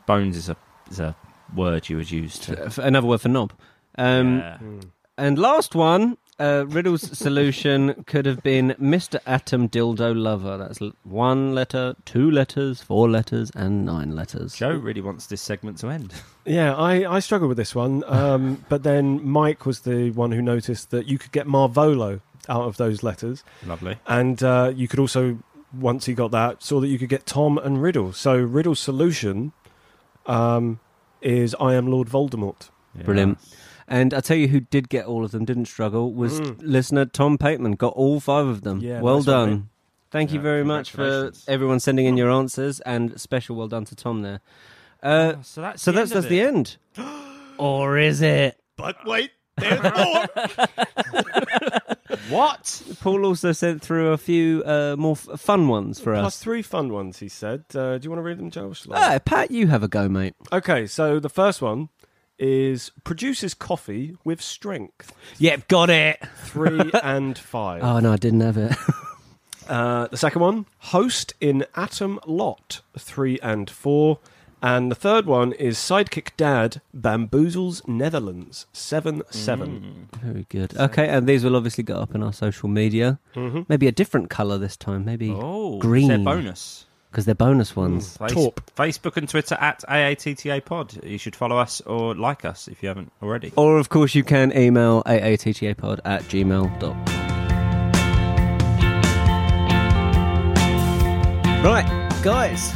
A: Bones is a, is a word you would use to.
C: f- another word for knob. Um,
A: Yeah.
B: Hmm.
C: And last one. Uh, Riddle's solution could have been Mr. Atom Dildo Lover. That's l- one letter, two letters, four letters, and nine letters.
A: Joe really wants this segment to end.
B: Yeah, I, I struggled with this one. Um, but then Mike was the one who noticed that you could get Marvolo out of those letters.
A: Lovely.
B: And uh, you could also, once he got that, saw that you could get Tom and Riddle. So Riddle's solution um, is I am Lord Voldemort.
C: Brilliant. And I tell you who did get all of them, didn't struggle, was listener Tom Pateman. Got all five of them.
B: Yeah,
C: well
B: nice one,
C: done.
B: mate.
C: Thank you
A: Yeah,
C: very much for
A: congratulations.
C: everyone sending in your answers, and special well done to Tom there. Uh,
A: So that's
C: so
A: the
C: that's
A: end of
C: that's the
A: it.
C: end, or is it?
F: But wait, there's more.
A: What?
C: Paul also sent through a few uh, more f- fun ones for
B: Plus
C: us.
B: three fun ones, he said. Uh, do you want to read them, Joe? or shall I?
C: Ah, Pat, you have a go, mate.
B: Okay, so the first one is produces coffee with strength.
C: Yep, got it.
B: Three and five.
C: Oh no, I didn't have it.
B: Uh, the second one, host in Atom Lot, three and four. And the third one is Sidekick Dad Bamboozles Netherlands, seven seven.
C: Very good. Okay, and these will obviously go up in our social media. Maybe a different colour this time. Maybe
A: Oh,
C: green.
A: Their bonus.
C: because they're bonus ones.
A: Face-
B: Torp.
A: Facebook and Twitter at AATTA Pod. You should follow us or like us if you haven't already.
C: Or, of course, you can email aattapod at gmail.com. Right, guys.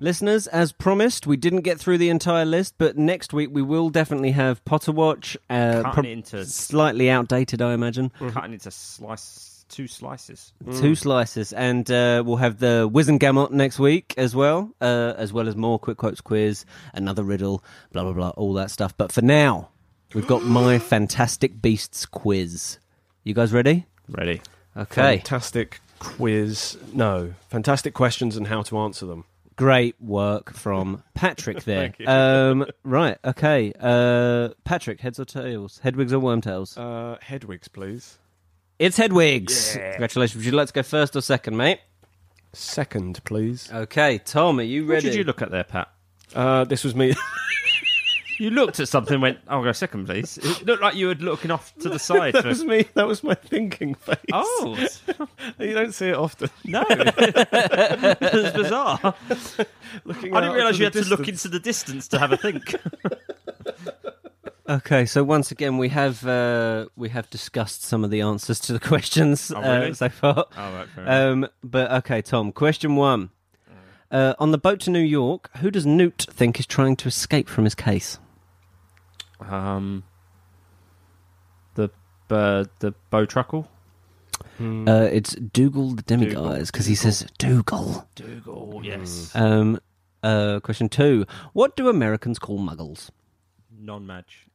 C: Listeners, as promised, we didn't get through the entire list, but next week we will definitely have Potter Watch.
A: Cutting
C: Uh, prob-
A: it into-
C: slightly outdated, I imagine.
B: mm-hmm.
A: Cutting into slice two slices.
C: Two slices, and uh, we'll have the Whiz and Gamut next week as well, uh, as well as more quick quotes quiz, another riddle, blah blah blah, all that stuff. But for now, we've got my Fantastic Beasts quiz. You guys ready?
A: Ready.
C: Okay,
B: Fantastic quiz. No, fantastic questions and how to answer them.
C: great work from Patrick there. Um, right, okay, uh, Patrick, heads or tails? Hedwigs or wormtails?
B: Uh, Hedwigs, please.
C: it's Hedwigs. Congratulations. Would you like to go first or second, mate?
B: Second, please.
C: Okay, Tom, are you
A: What
C: ready?
A: did you look at there, Pat?
B: Uh, this was me.
A: You looked at something and went, "Oh, I'll go second, please. It looked like you were looking off to the side.
B: that
A: for-
B: was me. That was my thinking face.
A: Oh,
B: you don't see it often.
A: no. It's bizarre.
B: Looking
A: I didn't
B: out
A: realise you had to look
B: distance.
A: into the distance to have a think.
C: Okay, so once again we have uh, we have discussed some of the answers to the questions uh,
A: really?
C: so far.
A: Oh, right, fair
B: Uh,
C: um, but okay, Tom. Question one: uh, On the boat to New York, who does Newt think is trying to escape from his case?
A: um, the uh, the bow truckle.
B: Hmm.
C: Uh, it's Dougal the demigod, because he says Dougal.
A: Dougal, Oh, yes.
C: Um, uh, question two: What do Americans call muggles?
A: Mm. Non-match.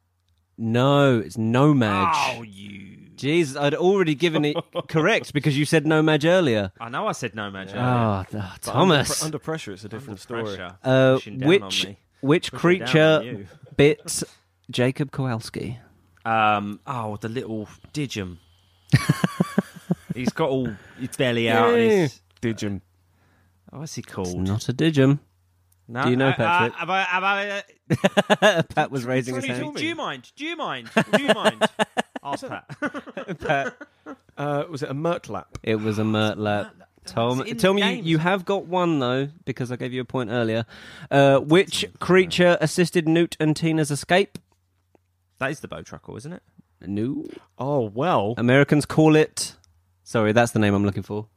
C: No, it's no
A: Oh,
C: madge.
A: you.
C: Jesus, I'd already given it correct because you said no madge earlier.
A: I know I said no match.
C: Oh, th-
B: But under
C: Thomas.
B: pr- Under, pressure, it's a different story.
C: Uh,
A: Pushing down on
C: which
A: me.
C: which
A: Pushing down on
C: creature
A: you.
C: bit Jacob Kowalski?
A: Um, oh, the little Digim. he's got all his belly out. And he's,
B: Digim.
A: oh, what's he called?
C: Not a digim.
A: No,
C: Do you
A: uh,
C: know,
A: uh,
C: Patrick?
A: have I- have I- uh,
C: Pat was raising his
A: do, you,
C: hand.
A: do you mind? Do you mind? Do you mind? Ask Pat.
B: Uh, was it a Mertlap?
C: It was a mertlap. Tom,
A: It's in
C: tell
A: the
C: me you,
A: names.
C: you have got one though because I gave you a point earlier. Uh, which creature assisted Newt and Tina's escape?
A: That is the bow truckle, isn't it?
C: No,
B: Oh well,
C: Americans call it. Sorry, that's the name I'm looking for.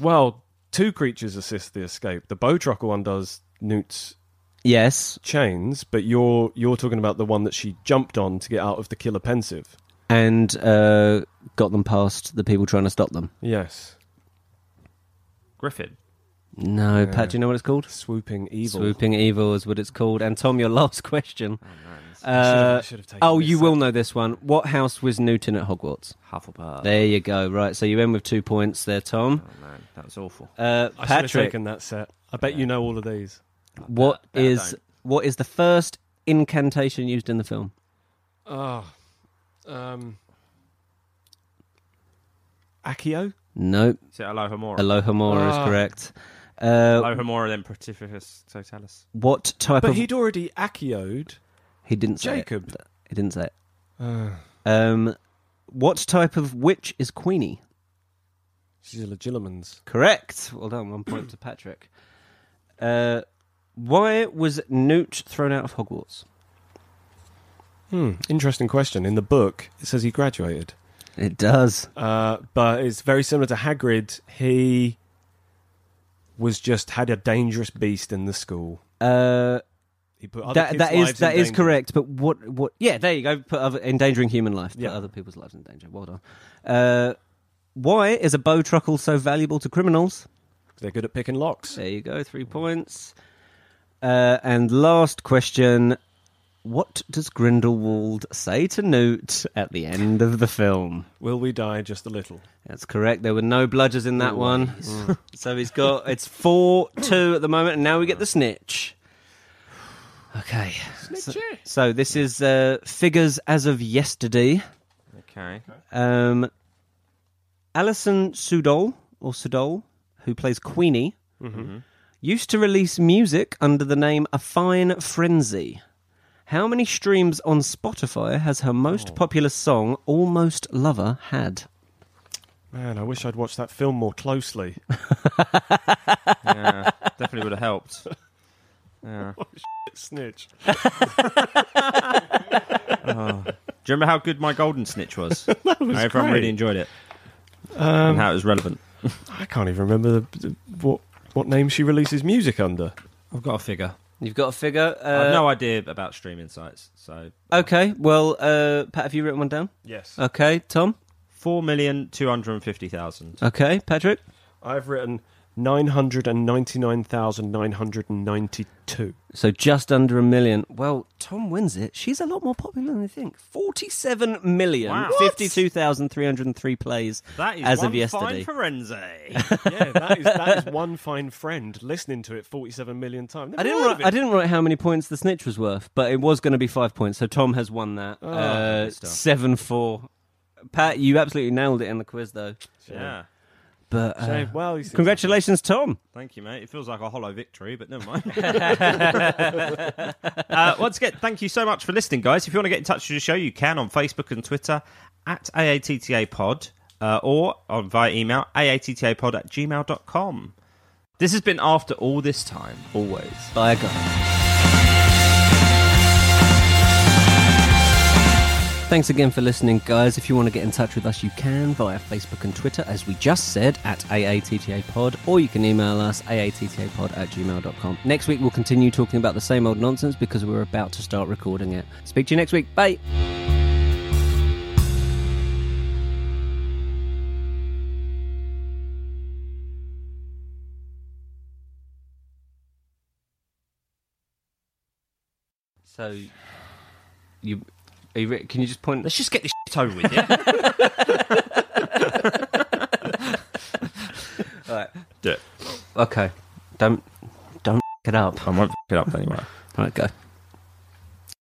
B: well. Two creatures assist the escape. The bow truckle one does Newt's
C: Yes,
B: chains, but you're you're talking about the one that she jumped on to get out of the killer pensive.
C: and uh, got them past the people trying to stop them.
B: Yes,
A: Griffin.
C: No, Pat, do you know what it's called?
B: swooping evil.
C: Swooping Evil is what it's called. And Tom, your last question.
B: should've-
C: Uh,
B: I should've taken
C: oh,
B: this
C: you
B: up.
C: will know this one. What house was Newton at Hogwarts?
A: Hufflepuff.
C: There you go. Right, so you end with two points there, Tom.
A: Oh, man, that was awful.
C: Uh,
B: I should have
C: Patrick,
B: taken that set. I bet you know all of these.
C: what
A: that I
C: is
A: don't.
C: what is the first incantation used in the film?
B: Oh, um, Accio.
C: No,
A: Is it Aloha Mora?
C: Aloha Mora is
B: Ah.
C: correct. Uh,
A: Aloha Mora, then Pratificus Totalis.
C: what type
B: But
C: of
B: he'd already Accioed.
C: he didn't say it.
B: Jacob.
C: He didn't say it.
B: Ah.
C: Um, what type of witch is Queenie?
B: She's a legilimens.
C: Correct. Well done. One point to Patrick. Uh, why was Newt thrown out of Hogwarts?
B: Hmm. Interesting question. In the book, it says he graduated.
C: It does.
B: Uh, but it's very similar to Hagrid. He was just had a dangerous beast in the school.
C: Uh,
B: He put other
C: that
B: kids'
C: that is
B: lives in
C: that is
B: danger.
C: correct. But what what? Yeah, there you go. Put other, endangering human life. Put
B: Yeah.
C: other people's lives in danger. Well done. Uh, why is a bow truckle so valuable to criminals?
B: They're good at picking locks.
C: There you go. Three points. Uh, and last question. What does Grindelwald say to Newt at the end of the film?
B: Will we die just a little?
C: That's correct. There were no bludgers in that one. Mm. so he's got it's four two at the moment, and now we get the snitch. Okay. So, so this is uh, figures as of yesterday.
A: Okay.
C: Um, Alison Sudol or Sudol, who plays Queenie, used to release music under the name A Fine Frenzy. How many streams on Spotify has her most popular song, Almost Lover, had?
B: Man, I wish I'd watched that film more closely.
A: Yeah, definitely would have helped. Yeah.
B: Snitch.
A: Do you remember how good my golden snitch was? Everyone
B: great.
A: really enjoyed it. and how it was relevant.
B: I can't even remember the, the- what what name she releases music under.
A: I've got a figure.
C: You've got a figure. Uh,
A: I've no idea about streaming sites. So
C: Okay, well, uh, Pat, have you written one down?
B: Yes.
C: Okay, Tom.
A: four million two hundred and fifty thousand.
C: Okay, Patrick.
B: I've written 999,992.
C: So just under a million. Well, Tom wins it. She's a lot more popular than you think. Forty-seven million,
A: Wow.
C: fifty-two thousand three hundred and three plays
A: That is
C: as
A: one
C: of yesterday.
A: fine Firenze.
B: Yeah, that is, that is one fine friend listening to it 47 million times.
C: I didn't. Write, I didn't write how many points the snitch was worth, but it was going to be five points. So Tom has won that.
A: Oh,
C: uh, seven four. Pat, you absolutely nailed it in the quiz, though.
A: yeah.
C: But uh,
B: Shame. Well, you see-
C: congratulations, Tom.
A: Thank you, mate. It feels like a hollow victory, but never mind. uh, once again, thank you so much for listening, guys. If you want to get in touch with the show, you can on Facebook and Twitter at AATTA Pod uh, or on via email AATTAPod at gmail.com. This has been After All This Time, always.
C: Bye, guys. Thanks again for listening, guys. If you want to get in touch with us, you can via Facebook and Twitter, as we just said, at AATTA Pod, or you can email us, aattapod at gmail.com. Next week, we'll continue talking about the same old nonsense because we're about to start recording it. Speak to you next week. Bye. So, you, are you re- can you just point?
A: Let's just get this shit over with, yeah?
C: All right.
A: Do it.
C: Okay. Don't don't f- it up.
A: I won't f it up anyway.
C: All right, go.